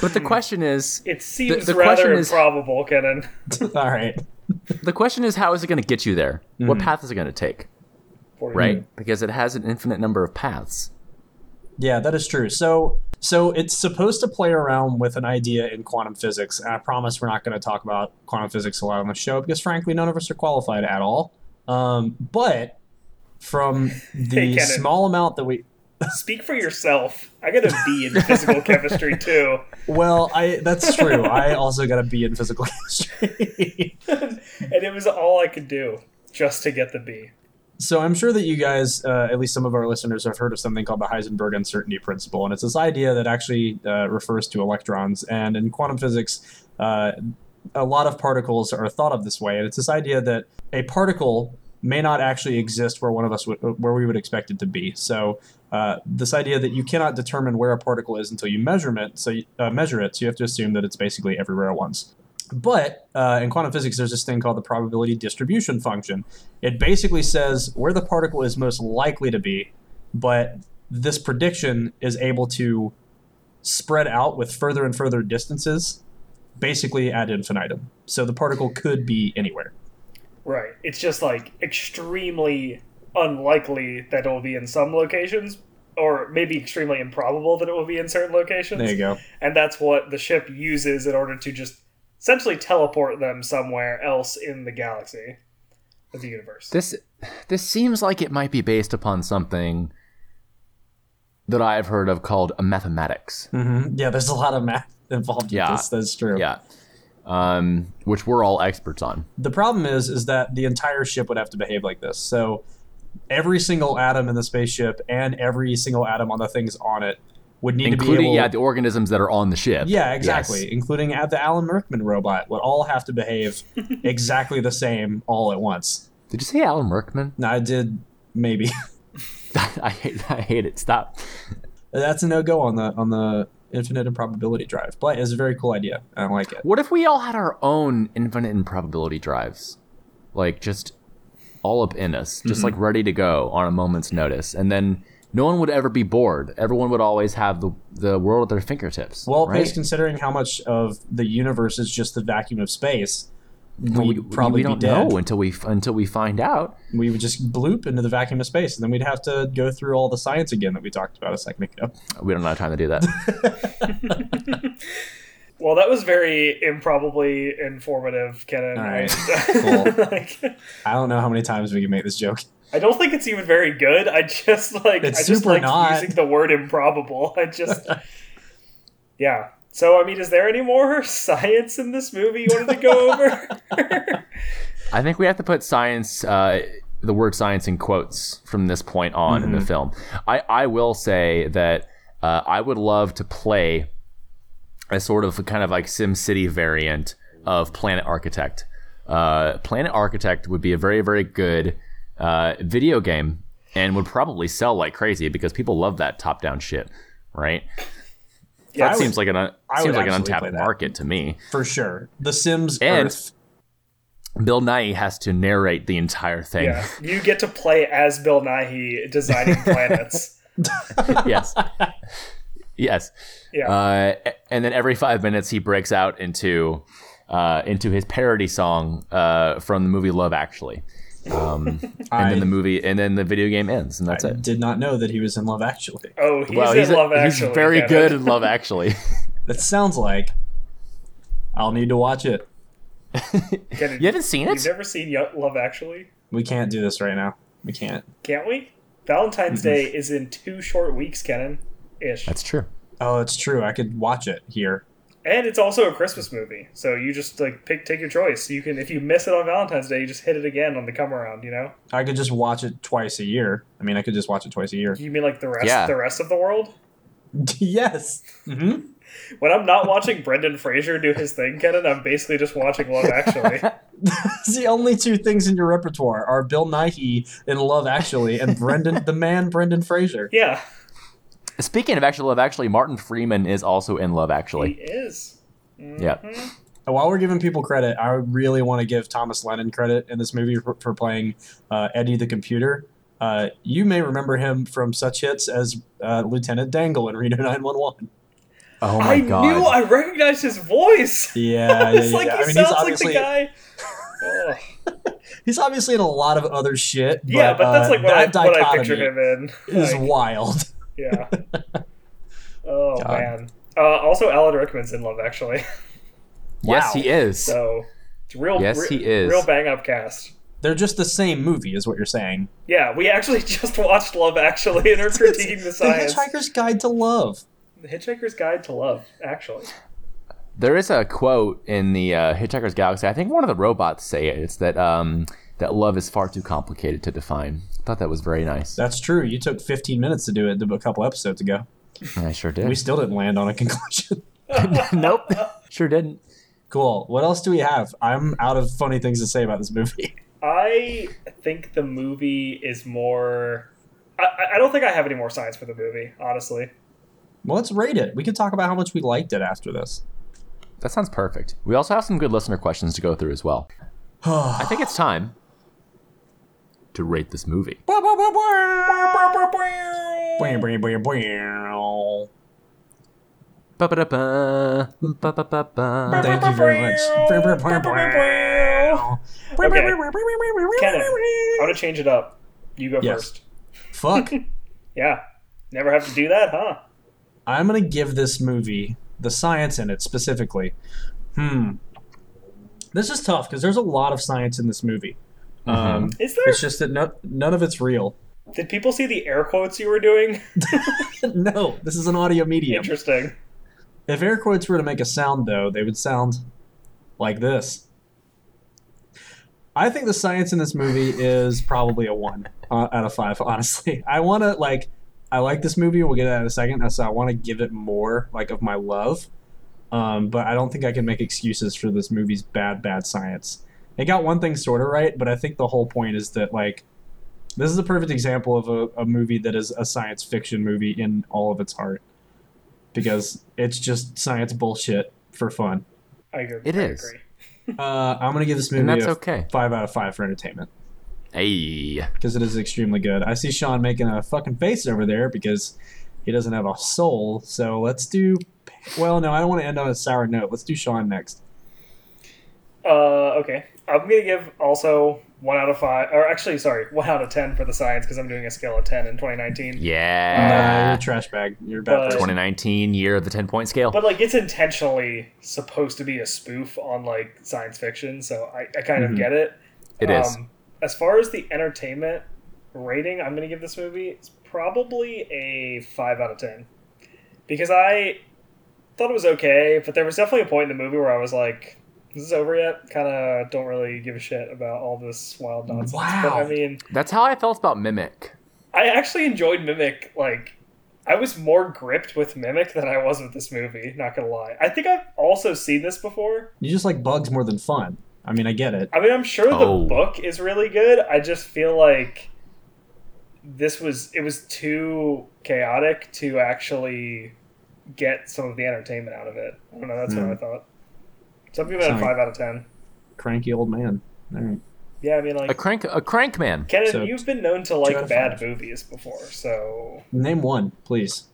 Speaker 4: But the question is,
Speaker 3: It seems
Speaker 4: the
Speaker 3: rather
Speaker 4: question is-
Speaker 3: improbable, Kenan.
Speaker 2: All right.
Speaker 4: the question is, how is it going to get you there? What path is it going to take?
Speaker 2: Hmm.
Speaker 4: Right? Because it has an infinite number of paths.
Speaker 2: Yeah, that is true. So so it's supposed to play around with an idea in quantum physics, and I promise we're not going to talk about quantum physics a lot on the show because frankly none of us are qualified at all. Um, but from the
Speaker 3: Kenneth.
Speaker 2: small amount that we
Speaker 3: Speak for yourself. I got a B in physical chemistry too.
Speaker 2: well, I that's true. I also got a B in physical chemistry.
Speaker 3: and it was all I could do just to get the B.
Speaker 2: So I'm sure that you guys, uh, at least some of our listeners, have heard of something called the Heisenberg uncertainty principle, and it's this idea that actually uh, refers to electrons. And in quantum physics, uh, a lot of particles are thought of this way, and it's this idea that a particle may not actually exist where one of us would, uh, where we would expect it to be. So uh, this idea that you cannot determine where a particle is until you measurement, so you, uh, measure it, so you have to assume that it's basically everywhere at once. But uh, in quantum physics, there's this thing called the probability distribution function. It basically says where the particle is most likely to be, but this prediction is able to spread out with further and further distances, basically ad infinitum. So the particle could be anywhere.
Speaker 3: Right. It's just like extremely unlikely that it'll be in some locations, or maybe extremely improbable that it will be in certain locations.
Speaker 2: There you go.
Speaker 3: And that's what the ship uses in order to just essentially teleport them somewhere else in the galaxy of the universe.
Speaker 4: This this seems like it might be based upon something that I've heard of called mathematics.
Speaker 2: Mhm. Yeah, there's a lot of math involved
Speaker 4: Mm-hmm. Yeah.
Speaker 2: with this. That's true.
Speaker 4: Yeah. Um, which we're all experts on.
Speaker 2: The problem is, is that the entire ship would have to behave like this. So every single atom in the spaceship and every single atom on the things on it would need to be
Speaker 4: Including
Speaker 2: able.
Speaker 4: yeah, the organisms that are on the ship.
Speaker 2: Yeah,
Speaker 4: Yes.
Speaker 2: exactly. Including at the Alan Merkman robot would all have to behave exactly the same all at once.
Speaker 4: Did you say Alan Merkman?
Speaker 2: Now, I did maybe.
Speaker 4: I hate I hate it. Stop.
Speaker 2: That's a no go on the on the infinite improbability drive, but it's a very cool idea. I like it.
Speaker 4: What if we all had our own infinite improbability drives? Like just all up in us, just
Speaker 2: Mm-hmm.
Speaker 4: like ready to go on a moment's notice. And then no one would ever be bored. Everyone would always have the, the world at their fingertips.
Speaker 2: Well,
Speaker 4: right?
Speaker 2: based considering how much of the universe is just the vacuum of space,
Speaker 4: Well,
Speaker 2: we'd probably
Speaker 4: we don't
Speaker 2: be dead.
Speaker 4: know until we until we find out.
Speaker 2: We would just bloop into the vacuum of space, and then we'd have to go through all the science again that we talked about a second ago.
Speaker 4: We don't have time to do that.
Speaker 3: Well, that was very improbably informative, Kenan.
Speaker 2: All right.
Speaker 3: Like,
Speaker 2: I don't know how many times we can make this joke.
Speaker 3: I don't think it's even very good. I just like
Speaker 2: It's
Speaker 3: I just
Speaker 2: super
Speaker 3: like
Speaker 2: not.
Speaker 3: using the word improbable. I just Yeah. So I mean, is there any more science in this movie you wanted to go over?
Speaker 4: I think we have to put science, uh, the word science in quotes from this point on in the
Speaker 2: Mm-hmm.
Speaker 4: film. I, I will say that uh, I would love to play a sort of kind of like Sim City variant of Planet Architect. Uh, Planet Architect would be a very, very good uh, video game and would probably sell like crazy because people love that top down shit, right?
Speaker 2: Yeah,
Speaker 4: that
Speaker 2: I
Speaker 4: seems
Speaker 2: would-
Speaker 4: like an, un-
Speaker 2: I
Speaker 4: seems
Speaker 2: would
Speaker 4: like an
Speaker 2: absolutely
Speaker 4: untapped
Speaker 2: play that.
Speaker 4: market to me.
Speaker 2: for sure. The Sims
Speaker 4: And-
Speaker 2: Earth.
Speaker 4: Bill Nye has to narrate the entire thing.
Speaker 3: yeah. You get to play as Bill Nighy designing planets.
Speaker 4: yes. Yes.
Speaker 3: Yeah.
Speaker 4: Uh, a- and then every five minutes he breaks out into uh, into his parody song uh, from the movie Love Actually. Um, and
Speaker 2: I-
Speaker 4: then the movie and then the video game ends and that's
Speaker 2: I
Speaker 4: it.
Speaker 2: did not know that he was in love, actually.
Speaker 3: oh, he's
Speaker 4: Wow,
Speaker 3: in
Speaker 4: a-
Speaker 3: love actually.
Speaker 4: he's very
Speaker 3: Kenan.
Speaker 4: good in Love Actually.
Speaker 2: That sounds like I'll need to watch it.
Speaker 3: Kenan,
Speaker 4: you haven't seen it?
Speaker 3: You've never seen Yo- Love Actually?
Speaker 2: We can't do this right now. We can't.
Speaker 3: Can't we? Valentine's Day is in two short weeks, Kenan. Ish.
Speaker 4: That's true.
Speaker 2: Oh, it's true. I could watch it here.
Speaker 3: And it's also a Christmas movie, so you just like pick, take your choice. You can, if you miss it on Valentine's Day, you just hit it again on the come around. You know,
Speaker 2: I could just watch it twice a year. I mean, I could just watch it twice a year.
Speaker 3: you mean like the rest,
Speaker 4: Yeah.
Speaker 3: the rest of the world.
Speaker 2: yes. hmm
Speaker 3: When I'm not watching Brendan Fraser do his thing, Kenan, I'm basically just watching Love Actually.
Speaker 2: the only two things in your repertoire are Bill Nighy in Love Actually and Brendan, the man Brendan Fraser.
Speaker 3: yeah,
Speaker 4: Speaking of actual Love Actually, Martin Freeman is also in Love
Speaker 3: he
Speaker 4: Actually.
Speaker 3: is. Mm-hmm.
Speaker 4: Yeah.
Speaker 2: And while we're giving people credit, I really want to give Thomas Lennon credit in this movie for, for playing uh, Eddie the Computer. Uh, you may remember him from such hits as uh, Lieutenant Dangle in Reno 911.
Speaker 4: Oh my
Speaker 3: I
Speaker 4: god.
Speaker 3: knew I recognized his voice.
Speaker 2: Yeah, yeah,
Speaker 3: it's
Speaker 2: yeah.
Speaker 3: like
Speaker 2: yeah.
Speaker 3: he
Speaker 2: I mean, he's
Speaker 3: sounds like the
Speaker 2: obviously
Speaker 3: guy. Oh.
Speaker 2: he's obviously in a lot of other shit. But,
Speaker 3: yeah, but that's
Speaker 2: uh,
Speaker 3: like what,
Speaker 2: that
Speaker 3: I, what I
Speaker 2: dichotomy
Speaker 3: picture him in.
Speaker 2: Is
Speaker 3: Like,
Speaker 2: wild.
Speaker 3: yeah. Oh
Speaker 4: God.
Speaker 3: man. Uh, also, Alan Rickman's in Love Actually.
Speaker 4: Yes,
Speaker 2: Wow.
Speaker 4: he is.
Speaker 3: So it's real.
Speaker 4: Yes,
Speaker 3: re-
Speaker 4: he is.
Speaker 3: Real bang up cast.
Speaker 2: They're just the same movie, is what you're saying.
Speaker 3: Yeah, we actually just watched Love Actually and are critiquing the
Speaker 2: It's
Speaker 3: science.
Speaker 2: The Hitchhiker's Guide to Love.
Speaker 3: The Hitchhiker's Guide to Love, actually.
Speaker 4: There is a quote in the uh, Hitchhiker's Galaxy. I think one of the robots say it. It's that um, that love is far too complicated to define. I thought that was very nice.
Speaker 2: That's true. You took 15 minutes to do it a couple episodes ago.
Speaker 4: I sure
Speaker 2: We
Speaker 4: did.
Speaker 2: still didn't land on a conclusion.
Speaker 4: nope, sure didn't.
Speaker 2: cool. What else do we have? I'm out of funny things to say about this movie.
Speaker 3: I think the movie is more. I- I, I don't think I have any more science for the movie, honestly.
Speaker 2: Well, let's rate it. We can talk about how much we liked it after this.
Speaker 4: That sounds perfect. We also have some good listener questions to go through as well. I think it's time to rate this movie.
Speaker 2: Boing, boing, boing, boing.
Speaker 4: Ba-ba-da-ba, ba-ba-ba-ba.
Speaker 2: Thank you very much.
Speaker 3: Okay. Kenneth, I'm going to change it up. You go
Speaker 2: Yes.
Speaker 3: first.
Speaker 2: Fuck.
Speaker 3: Yeah. Never have to do that, huh?
Speaker 2: I'm gonna give this movie the science in it specifically. Hmm. This is tough because there's a lot of science in this movie. Um,
Speaker 3: Is there?
Speaker 2: it's just that no, none of it's real.
Speaker 3: Did people see the air quotes you were doing?
Speaker 2: no, this is an audio medium.
Speaker 3: Interesting.
Speaker 2: If air quotes were to make a sound, though, they would sound like this. I think the science in this movie is probably a one uh, out of five. Honestly, I want to like, I like this movie. We'll get to that in a second. So I want to give it more like of my love, um, but I don't think I can make excuses for this movie's bad, bad science. It got one thing sort of right, but I think the whole point is that like, this is a perfect example of a, a movie that is a science fiction movie in all of its heart, because it's just science bullshit for fun.
Speaker 3: I agree.
Speaker 5: It
Speaker 3: I
Speaker 5: is.
Speaker 3: Agree.
Speaker 2: Uh, I'm gonna give this movie
Speaker 5: And that's
Speaker 2: a
Speaker 5: okay.
Speaker 2: five out of five for entertainment
Speaker 5: Hey.
Speaker 2: because it is extremely good. I see Sean making a fucking face over there because he doesn't have a soul. So let's do. Well, no, I don't want to end on a sour note. Let's do Sean next.
Speaker 3: Uh, okay. I'm gonna give also one out of five, or actually, sorry, one out of ten for the science because I'm doing a scale of ten in 2019.
Speaker 4: Uh,
Speaker 2: Nah, you're
Speaker 5: Yeah.
Speaker 2: a trash bag. You're a bad
Speaker 3: But-
Speaker 2: person.
Speaker 5: 2019 year of the 10 point scale.
Speaker 3: But like, it's intentionally supposed to be a spoof on like science fiction, so I, I kind of get it.
Speaker 4: It is.
Speaker 2: Um,
Speaker 3: Um, As far as the entertainment rating, I'm gonna give this movie it's probably a five out of ten because I thought it was okay, but there was definitely a point in the movie where I was like. Is this over yet? Kind of don't really give a shit about all this wild nonsense. But
Speaker 2: Wow.
Speaker 3: I mean,
Speaker 4: That's how I felt about Mimic.
Speaker 3: I actually enjoyed Mimic. Like, I was more gripped with Mimic than I was with this movie. Not gonna lie. I think I've also seen this before.
Speaker 2: You just like bugs more than fun. I mean, I get it.
Speaker 3: I mean, I'm sure the
Speaker 5: Oh.
Speaker 3: book is really good. I just feel like this was it was too chaotic to actually get some of the entertainment out of it. I don't know. That's
Speaker 2: Hmm.
Speaker 3: what I thought. So I'm giving it a
Speaker 2: Sorry.
Speaker 3: five out of ten.
Speaker 2: Cranky old man. All right.
Speaker 3: Yeah, I mean,
Speaker 4: A
Speaker 3: like
Speaker 4: crank, a crank man.
Speaker 3: Kenan,
Speaker 2: so
Speaker 3: you've been known to
Speaker 2: out
Speaker 3: like
Speaker 2: of
Speaker 3: bad
Speaker 2: five.
Speaker 3: movies before, so
Speaker 2: Name one, please.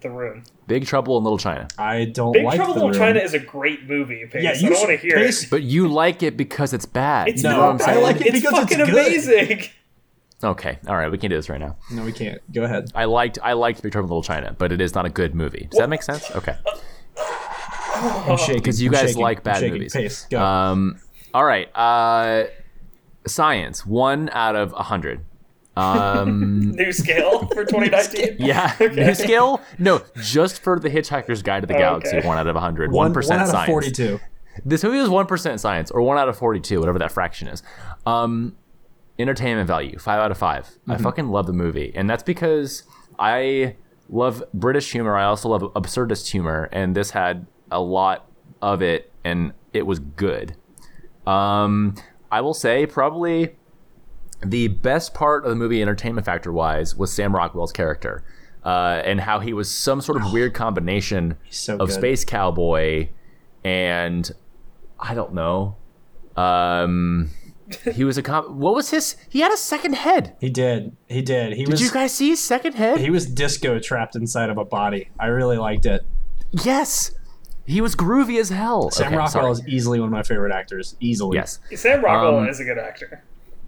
Speaker 3: The Room.
Speaker 4: Big Trouble in Little China.
Speaker 2: I don't
Speaker 3: Big
Speaker 2: like
Speaker 3: Trouble
Speaker 2: the
Speaker 3: in Little
Speaker 2: room.
Speaker 3: China is a great movie. Pace.
Speaker 2: yeah, you
Speaker 3: I don't want to
Speaker 2: should
Speaker 3: hear
Speaker 2: pace-
Speaker 3: it.
Speaker 4: But you like it because it's bad.
Speaker 3: It's
Speaker 2: No,
Speaker 3: not
Speaker 2: I
Speaker 3: bad.
Speaker 2: like it
Speaker 3: it's
Speaker 2: because it's
Speaker 3: fucking
Speaker 2: good.
Speaker 3: amazing.
Speaker 4: Okay, all right, we can do this right now.
Speaker 2: No, we can't. Go ahead.
Speaker 4: I liked, I liked Big Trouble in Little China, but it is not a good movie. Does that make sense? Okay.
Speaker 3: Uh,
Speaker 2: I'm shaking.
Speaker 4: Because you
Speaker 2: I'm
Speaker 4: guys
Speaker 2: shaking.
Speaker 4: like
Speaker 2: I'm
Speaker 4: bad
Speaker 2: shaking.
Speaker 4: movies.
Speaker 2: Pace. Go.
Speaker 4: Um, all right. Uh, science, one out of a hundred. Um,
Speaker 3: New scale for 2019.
Speaker 4: yeah. New scale? No, just for the Hitchhiker's Guide to the Galaxy,
Speaker 3: okay.
Speaker 4: one out of a hundred.
Speaker 2: One-
Speaker 4: One percent
Speaker 2: one out of
Speaker 4: science.
Speaker 2: forty-two.
Speaker 4: This movie was one percent science, or one out of forty-two, whatever that fraction is. Um, entertainment value, five out of 5 I fucking love the movie, and that's because I love British humor. I also love absurdist humor, and this had a lot of it, and it was good. Um, I will say probably the best part of the movie, entertainment factor wise, was Sam Rockwell's character. Uh, and how he was some sort of weird combination
Speaker 2: so
Speaker 4: of
Speaker 2: good.
Speaker 4: space cowboy and I don't know. Um, he was a com- what was his? He had a second head.
Speaker 2: He did. He did. He was.
Speaker 4: Did you guys see his second head?
Speaker 2: he was disco trapped inside of a body. I really liked it.
Speaker 4: yes, he was groovy as hell.
Speaker 2: Sam
Speaker 4: Okay,
Speaker 2: Rockwell
Speaker 4: sorry.
Speaker 2: is easily one of my favorite actors. Easily.
Speaker 4: yes.
Speaker 3: Sam Rockwell
Speaker 4: Um,
Speaker 3: is a good actor.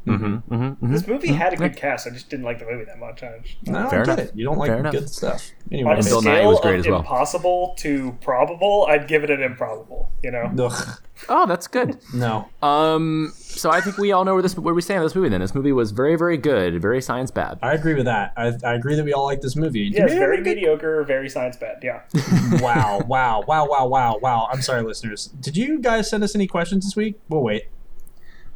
Speaker 4: Mm-hmm, mm-hmm,
Speaker 3: This movie had a good cast. I just didn't like the movie that much. I just-
Speaker 2: No,
Speaker 4: Fair
Speaker 2: I get
Speaker 4: enough.
Speaker 2: it. You don't like
Speaker 4: Fair enough.
Speaker 2: good stuff.
Speaker 3: On
Speaker 2: Anyway.
Speaker 3: a
Speaker 4: Bill
Speaker 3: scale
Speaker 4: Nye was great
Speaker 3: of
Speaker 4: as well.
Speaker 3: impossible to probable, I'd give it an improbable. You know,
Speaker 2: Ugh,
Speaker 4: Oh, that's good.
Speaker 2: no.
Speaker 4: Um, so I think we all know where this where we stand on this movie. Then this movie was very, very good, very science bad.
Speaker 2: I agree with that. I, I agree that we all like this movie.
Speaker 3: yeah, it's
Speaker 2: Did we
Speaker 3: very
Speaker 2: have a good-
Speaker 3: mediocre, very science bad. Yeah,
Speaker 2: wow, wow, wow, wow, wow, wow. I'm sorry, listeners. Did you guys send us any questions this week? We'll wait.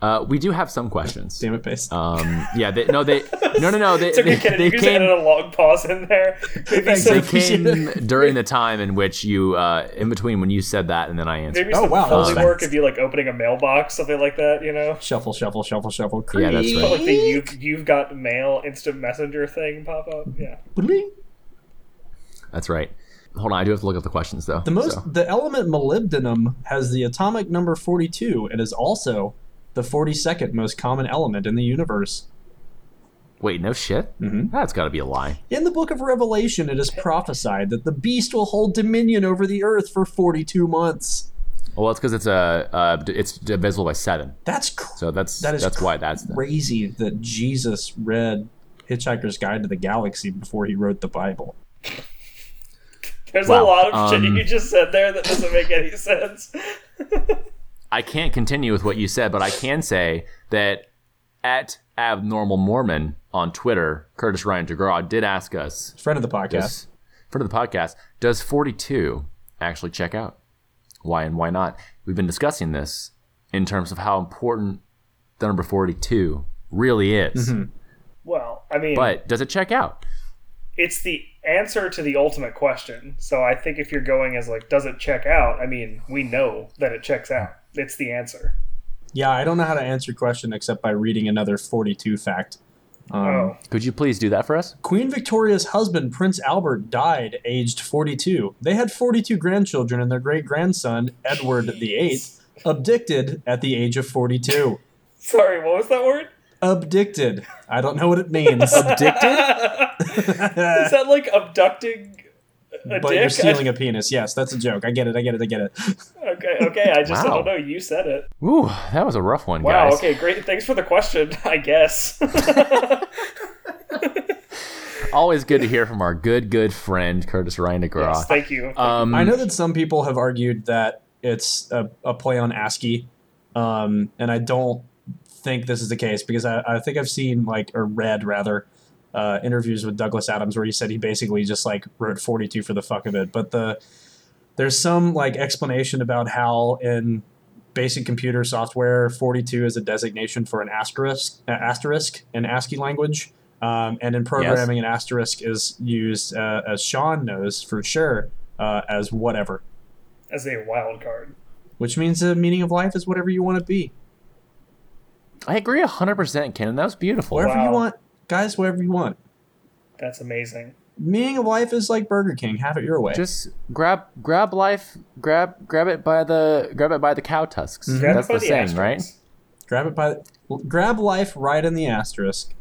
Speaker 4: Uh, we do have some questions.
Speaker 2: Damn it, Pace.
Speaker 4: Um, yeah, they, no, they, no, no, no, they,
Speaker 3: it's okay,
Speaker 4: they,
Speaker 3: Kennedy.
Speaker 4: they
Speaker 3: You can just
Speaker 4: came.
Speaker 3: edit a long pause in there. Maybe
Speaker 2: Thanks,
Speaker 3: some,
Speaker 4: they
Speaker 2: Jake. appreciate
Speaker 4: came during the time in which you uh, in between when you said that and then I answered.
Speaker 3: maybe
Speaker 2: Oh,
Speaker 3: some
Speaker 2: wow,
Speaker 3: Foley
Speaker 2: that's
Speaker 3: work
Speaker 2: fast.
Speaker 3: if you like opening a mailbox, something like that. You know,
Speaker 2: Shuffle, shuffle, shuffle, shuffle.
Speaker 4: Yeah, that's
Speaker 3: But,
Speaker 4: right.
Speaker 3: like the you've you've got mail instant messenger thing pop up. Yeah.
Speaker 2: Bling.
Speaker 4: That's right. Hold on, I do have to look up the questions though.
Speaker 2: The most
Speaker 4: so.
Speaker 2: the element molybdenum has the atomic number 42 and is also the 42nd most common element in the universe.
Speaker 4: Wait, no shit.
Speaker 2: Mhm.
Speaker 4: That's got to be a lie.
Speaker 2: In the book of Revelation, it is prophesied that the beast will hold dominion over the earth for 42 months.
Speaker 4: Well, that's because it's a uh, d- it's divisible by seven,
Speaker 2: That's cr-
Speaker 4: so that's
Speaker 2: That is
Speaker 4: that's why that's the,
Speaker 2: crazy that Jesus read Hitchhiker's Guide to the Galaxy before he wrote the Bible.
Speaker 3: There's
Speaker 4: Wow,
Speaker 3: a lot of shit
Speaker 4: um,
Speaker 3: you just said there that doesn't make any sense.
Speaker 4: I can't continue with what you said, but I can say that at Abnormal Mormon on Twitter, Curtis Ryan DeGraw did ask us,
Speaker 2: Friend of the podcast.
Speaker 4: does, for the podcast, does 42 actually check out? Why and why not? We've been discussing this in terms of how important the number 42 really is.
Speaker 2: Mm-hmm.
Speaker 3: Well, I mean,
Speaker 4: But does it check out?
Speaker 3: it's the answer to the ultimate question. So I think if you're going as like, does it check out? I mean, we know that it checks out. It's the answer.
Speaker 2: Yeah, I don't know how to answer your question except by reading another 42 fact.
Speaker 4: Um,
Speaker 3: oh,
Speaker 4: Could you please do that for us?
Speaker 2: Queen Victoria's husband, Prince Albert, died aged 42. They had 42 grandchildren, and their great grandson, Edward VIII, abdicted at the age of 42.
Speaker 3: sorry. What was that word?
Speaker 2: Abdicted. I don't know what it means.
Speaker 4: Addicted?
Speaker 3: Is that like abducting a
Speaker 2: but
Speaker 3: dick?
Speaker 2: you're stealing a penis. Yes, that's a joke. I get it. I get it. I get it.
Speaker 3: I- okay, okay. I just I
Speaker 4: Wow.
Speaker 3: don't know. You said it.
Speaker 4: Ooh, that was a rough one,
Speaker 3: Wow.
Speaker 4: guys.
Speaker 3: Okay. Great. Thanks for the question. I guess.
Speaker 4: Always good to hear from our good, good friend, Curtis Ryan DeGraw.
Speaker 3: Thank you.
Speaker 4: um,
Speaker 2: I know that some people have argued that it's a, a play on ASCII, um, and I don't think this is the case because I, I think I've seen like or read rather uh, interviews with Douglas Adams where he said he basically just like wrote 42 for the fuck of it. But the there's some like explanation about how in basic computer software 42 is a designation for an asterisk, uh, asterisk in ASCII language. Um, and in programming, an asterisk is used, uh, as Sean knows for sure, uh, as whatever,
Speaker 3: as a wild card.
Speaker 2: which means the meaning of life is whatever you want to be,
Speaker 4: I agree 100%, Ken, and that was beautiful.
Speaker 2: whatever you
Speaker 3: Wow.
Speaker 2: want, guys, whatever you want.
Speaker 3: That's amazing.
Speaker 2: Meaning of life is like Burger King, have it your way.
Speaker 4: Just grab grab life, grab grab it by the grab it by the cow tusks.
Speaker 3: Grab
Speaker 4: That's
Speaker 3: it by
Speaker 4: the saying,
Speaker 3: asterisk.
Speaker 4: right?
Speaker 2: grab it by, grab life right in the asterisk.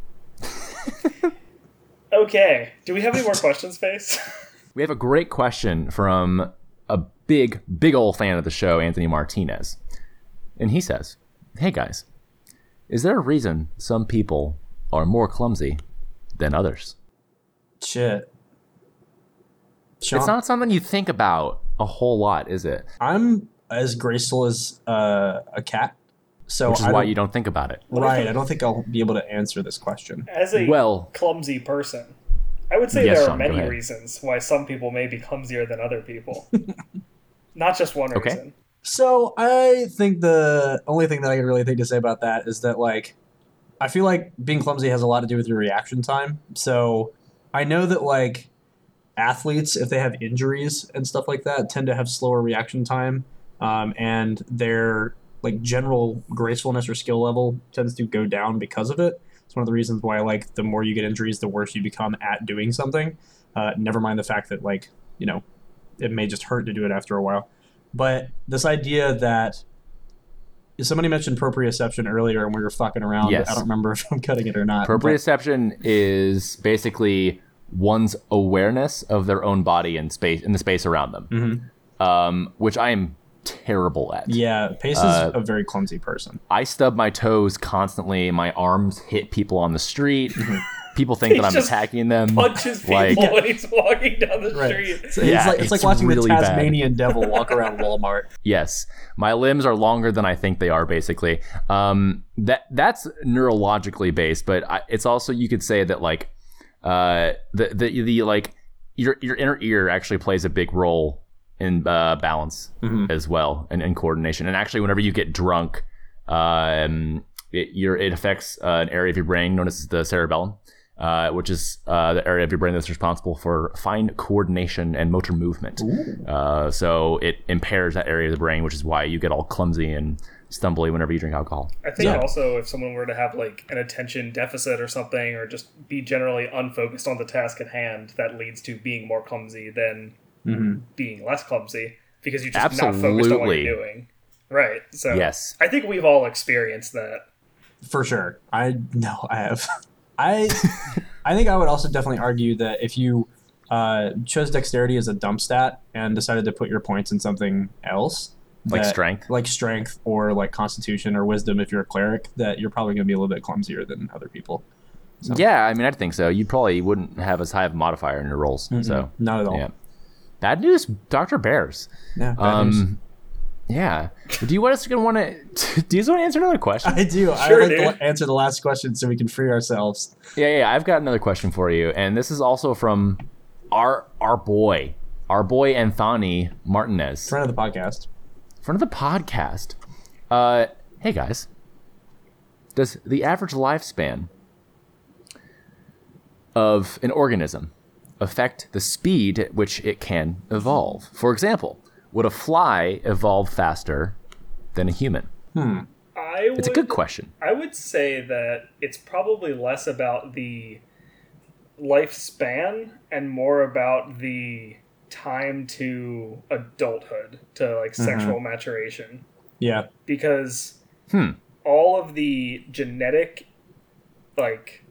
Speaker 3: Okay. Do we have any more questions, Face?
Speaker 4: We have a great question from a big big old fan of the show, Anthony Martinez. And he says, "Hey guys, is there a reason some people are more clumsy than others?"
Speaker 2: Shit. Sean,
Speaker 4: It's not something you think about a whole lot, is it?
Speaker 2: I'm as graceful as uh, a cat, so
Speaker 4: Which is
Speaker 2: I
Speaker 4: why
Speaker 2: don't-
Speaker 4: you don't think about it.
Speaker 2: right. I don't think I'll be able to answer this question.
Speaker 3: As a
Speaker 4: Well,
Speaker 3: clumsy person, I would say
Speaker 4: Yes,
Speaker 3: there are
Speaker 4: Sean, go
Speaker 3: many
Speaker 4: ahead.
Speaker 3: reasons why some people may be clumsier than other people. Not just one
Speaker 4: Okay.
Speaker 3: reason.
Speaker 2: So I think the only thing that I can really think to say about that is that like I feel like being clumsy has a lot to do with your reaction time. So I know that like athletes, if they have injuries and stuff like that, tend to have slower reaction time, um, and their like general gracefulness or skill level tends to go down because of it. It's one of the reasons why like the more you get injuries, the worse you become at doing something. Uh, never mind the fact that like you know it may just hurt to do it after a while. But this idea that somebody mentioned proprioception earlier, and we were fucking around.
Speaker 4: Yes.
Speaker 2: I don't remember if I'm cutting it or not. but-
Speaker 4: Proprioception is basically one's awareness of their own body and space in the space around them, um, which I am terrible at.
Speaker 2: Mm-hmm. Yeah, Pace is
Speaker 4: Uh,
Speaker 2: a very clumsy person.
Speaker 4: I stub my toes constantly. My arms hit people on the street.
Speaker 2: Mm-hmm.
Speaker 4: people think that
Speaker 3: He's
Speaker 4: I'm
Speaker 3: just
Speaker 4: attacking them.
Speaker 3: Punches people
Speaker 4: Like-
Speaker 3: when he's walking down the
Speaker 2: It's,
Speaker 3: street.
Speaker 2: it's
Speaker 4: Yeah,
Speaker 2: like, it's, like
Speaker 4: it's
Speaker 2: watching
Speaker 4: really
Speaker 2: the
Speaker 4: bad.
Speaker 2: Tasmanian devil walk around Walmart.
Speaker 4: Yes, my limbs are longer than I think they are. Basically, um, that that's neurologically based, but I, it's also you could say that like uh, the, the the like your your inner ear actually plays a big role in uh, balance as well and, and coordination. And actually, whenever you get drunk, um, it, your it affects uh, an area of your brain known as the cerebellum. Uh, which is uh, the area of your brain that's responsible for fine coordination and motor movement. Uh, so it impairs that area of the brain, which is why you get all clumsy and stumbly whenever you drink alcohol.
Speaker 3: I think
Speaker 4: Yeah.
Speaker 3: also if someone were to have like an attention deficit or something, or just be generally unfocused on the task at hand, that leads to being more clumsy than
Speaker 2: Mm-hmm.
Speaker 3: being less clumsy because you're just not focused on what
Speaker 4: Absolutely.
Speaker 3: you're doing. Right. So
Speaker 4: Yes.
Speaker 3: I think we've all experienced that.
Speaker 2: For sure. I no, I have. I I think I would also definitely argue that if you uh, chose dexterity as a dump stat and decided to put your points in something else,
Speaker 4: Like
Speaker 2: that-
Speaker 4: strength?
Speaker 2: like strength or like constitution or wisdom, if you're a cleric, that you're probably going to be a little bit clumsier than other people.
Speaker 4: Yeah, I mean, I think so. You probably wouldn't have as high of a modifier in your rolls. So
Speaker 2: Not at all.
Speaker 4: yeah, bad news, Doctor Bears.
Speaker 2: Yeah, bad news.
Speaker 4: Um, yeah. Do you want us to want to? Do you just want to answer another question?
Speaker 2: I do. I
Speaker 3: Sure,
Speaker 2: would like
Speaker 3: dude.
Speaker 2: to answer the last question so we can free ourselves.
Speaker 4: Yeah, yeah. I've got another question for you, and this is also from our our boy, our boy Anthony Martinez,
Speaker 2: Friend of the podcast.
Speaker 4: front of the podcast. Uh, hey guys, does the average lifespan of an organism affect the speed at which it can evolve? For example, would a fly evolve faster than a human?
Speaker 3: I would,
Speaker 4: It's a good question.
Speaker 3: I would say that it's probably less about the lifespan and more about the time to adulthood, to like sexual maturation.
Speaker 2: Yeah.
Speaker 3: Because
Speaker 4: Hmm.
Speaker 3: all of the genetic like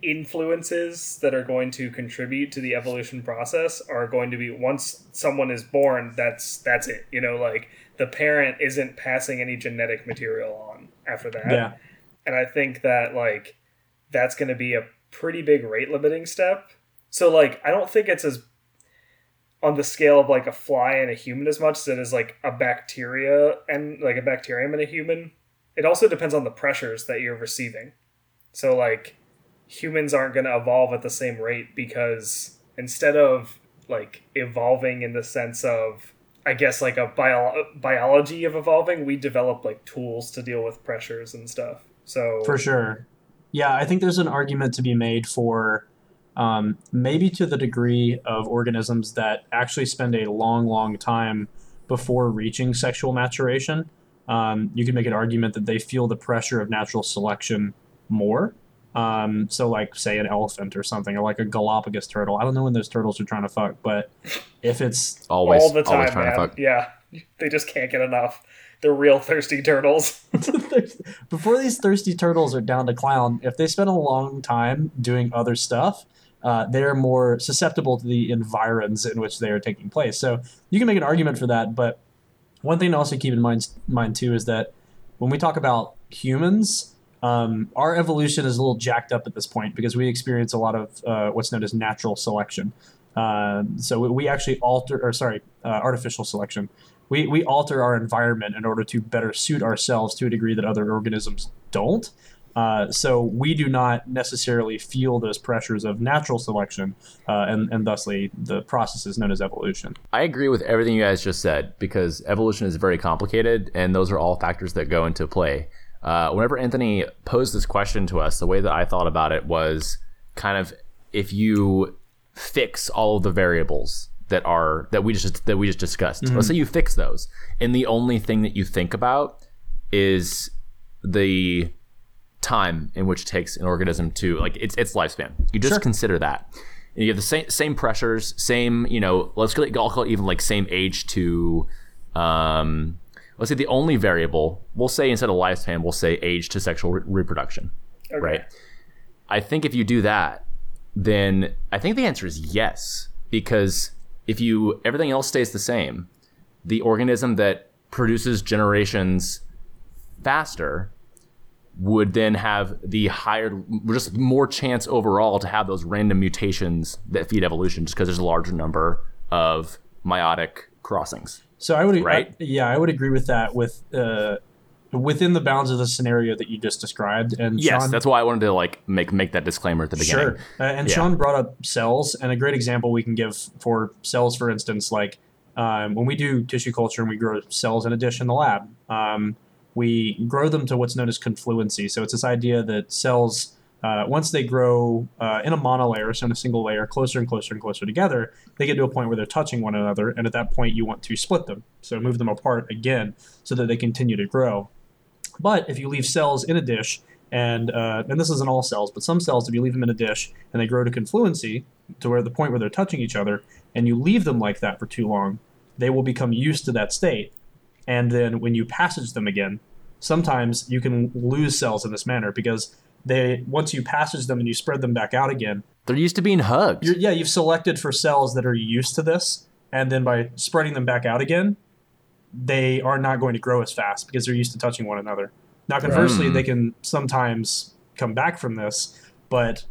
Speaker 3: influences that are going to contribute to the evolution process are going to be once someone is born that's that's it you know like the parent isn't passing any genetic material on after that
Speaker 2: Yeah.
Speaker 3: and i think that like that's going to be a pretty big rate limiting step so like i don't think it's as on the scale of like a fly and a human as much as it is like a bacteria and like a bacterium and a human it also depends on the pressures that you're receiving. So like humans aren't going to evolve at the same rate because instead of like evolving in the sense of I guess like a bio- biology of evolving, we develop like tools to deal with pressures and stuff. So
Speaker 2: For sure. Yeah, I think there's an argument to be made for um, maybe to the degree of organisms that actually spend a long, long time before reaching sexual maturation. Um, you can make an argument that they feel the pressure of natural selection more. Um, so, like, say, an elephant or something, or like a Galapagos turtle. I don't know when those turtles are trying to fuck, but if it's
Speaker 4: Always,
Speaker 3: all the
Speaker 4: always
Speaker 3: time,
Speaker 4: trying to
Speaker 3: man.
Speaker 4: fuck.
Speaker 3: Yeah. They just can't get enough. They're real thirsty turtles.
Speaker 2: before these thirsty turtles are down to clown, if they spend a long time doing other stuff, uh, they are more susceptible to the environs in which they are taking place. So you can make an argument for that, but one thing to also keep in mind, mind too, is that when we talk about humans, um, our evolution is a little jacked up at this point because we experience a lot of uh, what's known as natural selection. Um, so we, we actually alter, or sorry, uh, artificial selection. We, we alter our environment in order to better suit ourselves to a degree that other organisms don't. Uh, so we do not necessarily feel those pressures of natural selection, uh, and, and thusly the process is known as evolution.
Speaker 4: I agree with everything you guys just said because evolution is very complicated, and those are all factors that go into play. Uh, whenever Anthony posed this question to us, the way that I thought about it was kind of if you fix all of the variables that are that we just that we just discussed.
Speaker 3: Mm-hmm.
Speaker 4: Let's say you fix those, and the only thing that you think about is the time in which it takes an organism to like its its lifespan. You just consider that. And you have the same same pressures, same you know. Let's call it, I'll call it even like same age to. Um, let's say the only variable we'll say instead of lifespan, we'll say age to sexual re- reproduction. Right. I think if you do that, then I think the answer is yes because if you everything else stays the same, the organism that produces generations faster would then have the higher, just more chance overall to have those random mutations that feed evolution, just because there's a larger number of meiotic crossings.
Speaker 2: So I would,
Speaker 4: Right?
Speaker 2: I- yeah, I would agree with that. With uh, within the bounds of the scenario that you just described, and
Speaker 4: Yes,
Speaker 2: Sean,
Speaker 4: that's why I wanted to like make make that disclaimer at the beginning.
Speaker 2: sure. Uh, and
Speaker 4: Yeah.
Speaker 2: Sean brought up cells, and a great example we can give for cells, for instance, like um, when we do tissue culture and we grow cells in a dish in the lab, um, we grow them to what's known as confluency. So it's this idea that cells, uh, once they grow uh, in a monolayer, so in a single layer, closer and closer and closer together, they get to a point where they're touching one another, and at that point, you want to split them, so move them apart again, so that they continue to grow. But if you leave cells in a dish, and uh, and this isn't all cells, but some cells, if you leave them in a dish and they grow to confluency, to where the point where they're touching each other, and you leave them like that for too long, they will become used to that state. And then when you passage them again, sometimes you can lose cells in this manner because they once you passage them and you spread them back out again,
Speaker 4: They're used to being hugged.
Speaker 2: you're, yeah, you've selected for cells that are used to this, and then by spreading them back out again, they are not going to grow as fast because they're used to touching one another. Now, conversely, they can sometimes come back from this, but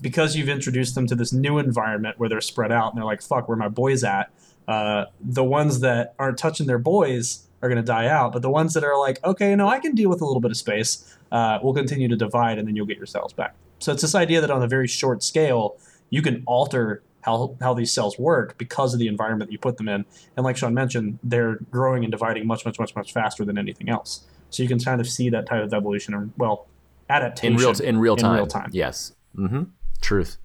Speaker 2: because you've introduced them to this new environment where they're spread out and they're like, fuck, where my boys at? Uh, the ones that aren't touching their boys are going to die out. But the ones that are like, okay, no, I can deal with a little bit of space, uh, will continue to divide and then you'll get your cells back. So it's this idea that on a very short scale, you can alter how, how these cells work because of the environment that you put them in. And like Sean mentioned, they're growing and dividing much, much, much, much faster than anything else. So you can kind of see that type of evolution or, well, adaptation
Speaker 4: in real in real time.
Speaker 2: In real time.
Speaker 4: Yes. Mm-hmm. Truth.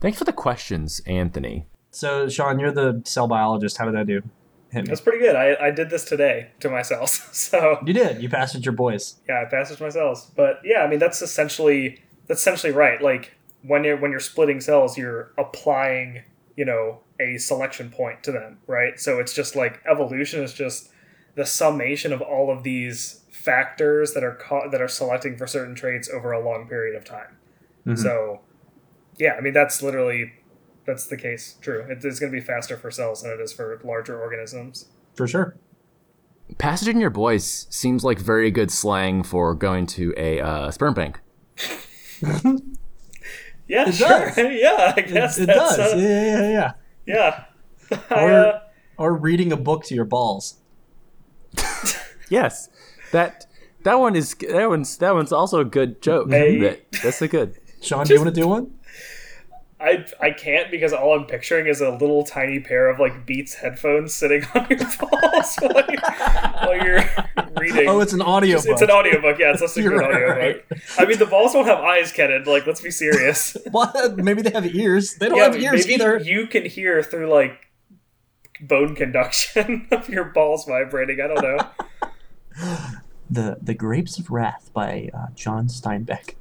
Speaker 4: Thanks for the questions, Anthony.
Speaker 2: So, Sean, you're the cell biologist. How did I do? Hit me.
Speaker 3: That's pretty good. I, I did this today to myself. So
Speaker 2: You did. You passed it your boys.
Speaker 3: yeah, I passed it to myself. But yeah, I mean that's essentially that's essentially right. Like when you're when you're splitting cells, you're applying, you know, a selection point to them, right? So it's just like evolution is just the summation of all of these factors that are co- that are selecting for certain traits over a long period of time.
Speaker 2: Mm-hmm.
Speaker 3: So yeah, I mean that's literally that's the case. True. It is going to be faster for cells than it is for larger organisms.
Speaker 2: For sure.
Speaker 4: Passage in your boys seems like very good slang for going to a uh, sperm bank.
Speaker 3: Yeah,
Speaker 2: It
Speaker 3: sure.
Speaker 2: does.
Speaker 3: yeah, I guess
Speaker 2: it
Speaker 3: that's
Speaker 2: does.
Speaker 3: uh,
Speaker 2: yeah, yeah, yeah, yeah.
Speaker 3: Yeah. I,
Speaker 2: Or,
Speaker 3: uh,
Speaker 2: or reading a book to your balls.
Speaker 4: Yes, that that one is that one's that one's also a good joke.
Speaker 3: Hey.
Speaker 4: That- that's a good.
Speaker 2: Sean, do you want to do one?
Speaker 3: I I can't because all I'm picturing is a little tiny pair of like Beats headphones sitting on your balls while, you, while you're reading.
Speaker 2: Oh, it's an audio
Speaker 3: It's-
Speaker 2: book.
Speaker 3: it's an audiobook, yeah. It's listening to an
Speaker 2: You're
Speaker 3: audiobook.
Speaker 2: right.
Speaker 3: I mean, the balls don't have eyes, Kenan. Like, let's be serious.
Speaker 2: What? Maybe they have ears. They don't
Speaker 3: yeah,
Speaker 2: have ears
Speaker 3: maybe
Speaker 2: either.
Speaker 3: you can hear through like bone conduction of your balls vibrating. I don't know.
Speaker 2: The The Grapes of Wrath by uh, John Steinbeck.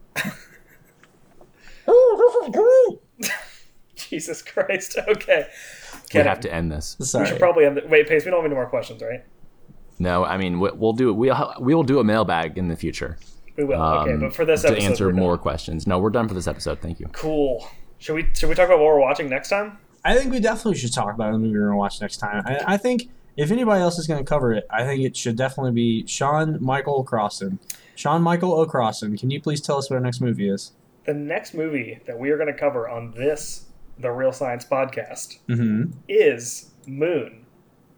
Speaker 3: Jesus Christ. Okay,
Speaker 4: We
Speaker 3: Kenan,
Speaker 4: have to end this.
Speaker 2: Sorry.
Speaker 3: we should probably end. The, wait, Pace. We don't have any more questions, right?
Speaker 4: No, I mean we- we'll do we'll we will do a mailbag in the future.
Speaker 3: We will. okay,
Speaker 4: um,
Speaker 3: but for this
Speaker 4: to
Speaker 3: episode,
Speaker 4: answer
Speaker 3: we're done.
Speaker 4: more questions. No, we're done for this episode. Thank you.
Speaker 3: Cool. Should we should we talk about what we're watching next time?
Speaker 2: I think we definitely should talk about the movie we're going to watch next time. I, I think if anybody else is going to cover it, I think it should definitely be Sean Michael Crossan. Sean Michael O'Crossan, can you please tell us what our next movie is?
Speaker 3: The next movie that we are going to cover on this the Real Science podcast
Speaker 2: Mm-hmm.
Speaker 3: is Moon,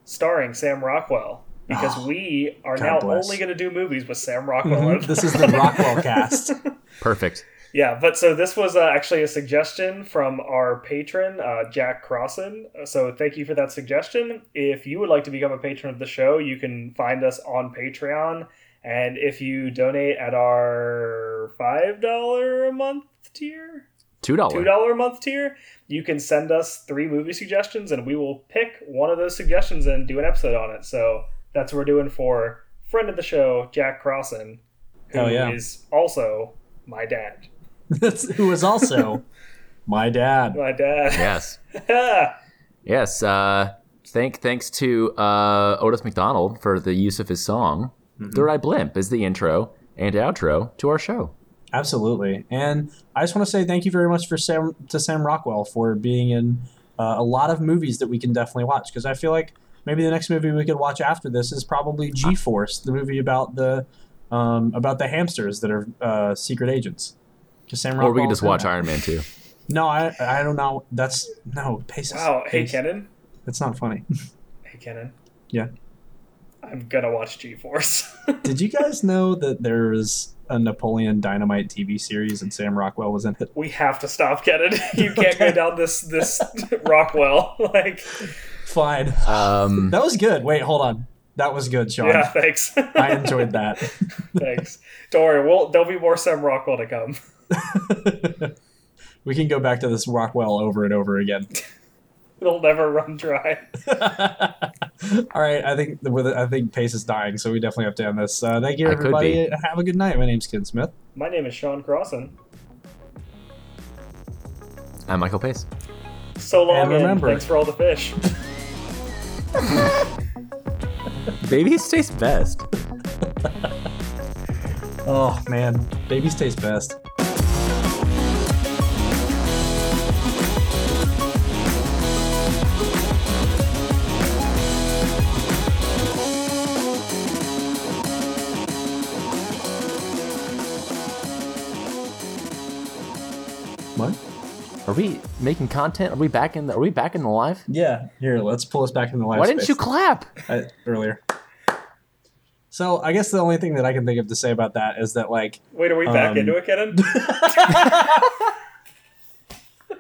Speaker 3: starring Sam Rockwell. Because we are
Speaker 2: Ah, God
Speaker 3: now
Speaker 2: bless. Mm-hmm.
Speaker 3: only going to do movies with Sam
Speaker 4: Mm-hmm.
Speaker 3: Rockwell.
Speaker 2: This is the Rockwell cast.
Speaker 4: Perfect.
Speaker 3: yeah, but so this was uh, actually a suggestion from our patron uh, Jack Crossan. So thank you for that suggestion. If you would like to become a patron of the show, you can find us on Patreon. And if you donate at our five dollar a month tier,
Speaker 4: Two
Speaker 3: two
Speaker 4: dollars.
Speaker 3: dollar a month tier, you can send us three movie suggestions, and we will pick one of those suggestions and do an episode on it. So that's what we're doing for friend of the show, Jack Crossan, who is
Speaker 2: Hell yeah.
Speaker 3: also my dad.
Speaker 2: That's, who was also my dad.
Speaker 3: My dad.
Speaker 4: Yes. Yes. Uh, thank thanks to uh, Otis McDonald for the use of his song. Third Eye Blimp is the intro and outro to our show.
Speaker 2: Absolutely. And I just want to say thank you very much for Sam to Sam Rockwell for being in uh, a lot of movies that we can definitely watch because I feel like maybe the next movie we could watch after this is probably G Force, the movie about the um, about the hamsters that are uh, secret agents. 'Cause
Speaker 4: Or
Speaker 2: Sam
Speaker 4: we
Speaker 2: Rockwell
Speaker 4: can just
Speaker 2: is in
Speaker 4: watch
Speaker 2: that.
Speaker 4: Iron Man 2.
Speaker 2: No, I I don't know. That's no pace.
Speaker 3: wow. Hey, Kenan.
Speaker 2: That's not funny.
Speaker 3: Hey, Kenan.
Speaker 2: Yeah.
Speaker 3: I'm gonna watch G Force.
Speaker 2: Did you guys know that there's a Napoleon Dynamite TV series and Sam Rockwell was in it?
Speaker 3: we have to stop, Kenan. You can't go down this this Rockwell. Like,
Speaker 2: Fine.
Speaker 4: Um,
Speaker 2: That was good. Wait, hold on. That was good, Sean.
Speaker 3: yeah. Thanks.
Speaker 2: I enjoyed that.
Speaker 3: Thanks. Don't worry. We'll, there'll be more Sam Rockwell to come.
Speaker 2: we can go back to this Rockwell over and over again.
Speaker 3: It'll never run dry.
Speaker 2: All right, I think with I think pace is dying, so we definitely have to end this. Uh, thank you,
Speaker 4: I could
Speaker 2: everybody. Have a good night. My name's Ken Smith.
Speaker 3: My name is Sean Crossan.
Speaker 4: I'm Michael Pace.
Speaker 3: So long,
Speaker 2: And
Speaker 3: and
Speaker 2: remember-
Speaker 3: thanks for all the fish.
Speaker 4: Babies taste best.
Speaker 2: Oh man, babies taste best.
Speaker 4: Are we making content? Are we back in? The, are we back in the live?
Speaker 2: Yeah, here, let's pull us back in the live
Speaker 4: Why didn't
Speaker 2: space.
Speaker 4: you clap?
Speaker 2: uh, earlier. So I guess the only thing that I can think of to say about that is that like
Speaker 3: Wait, are we back
Speaker 2: Um,
Speaker 3: into it, Kenan?
Speaker 4: Um,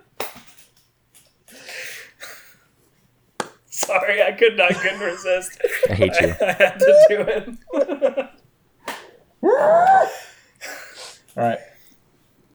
Speaker 3: Sorry, I could not couldn't resist.
Speaker 4: I hate you.
Speaker 3: I had to do it.
Speaker 2: all right,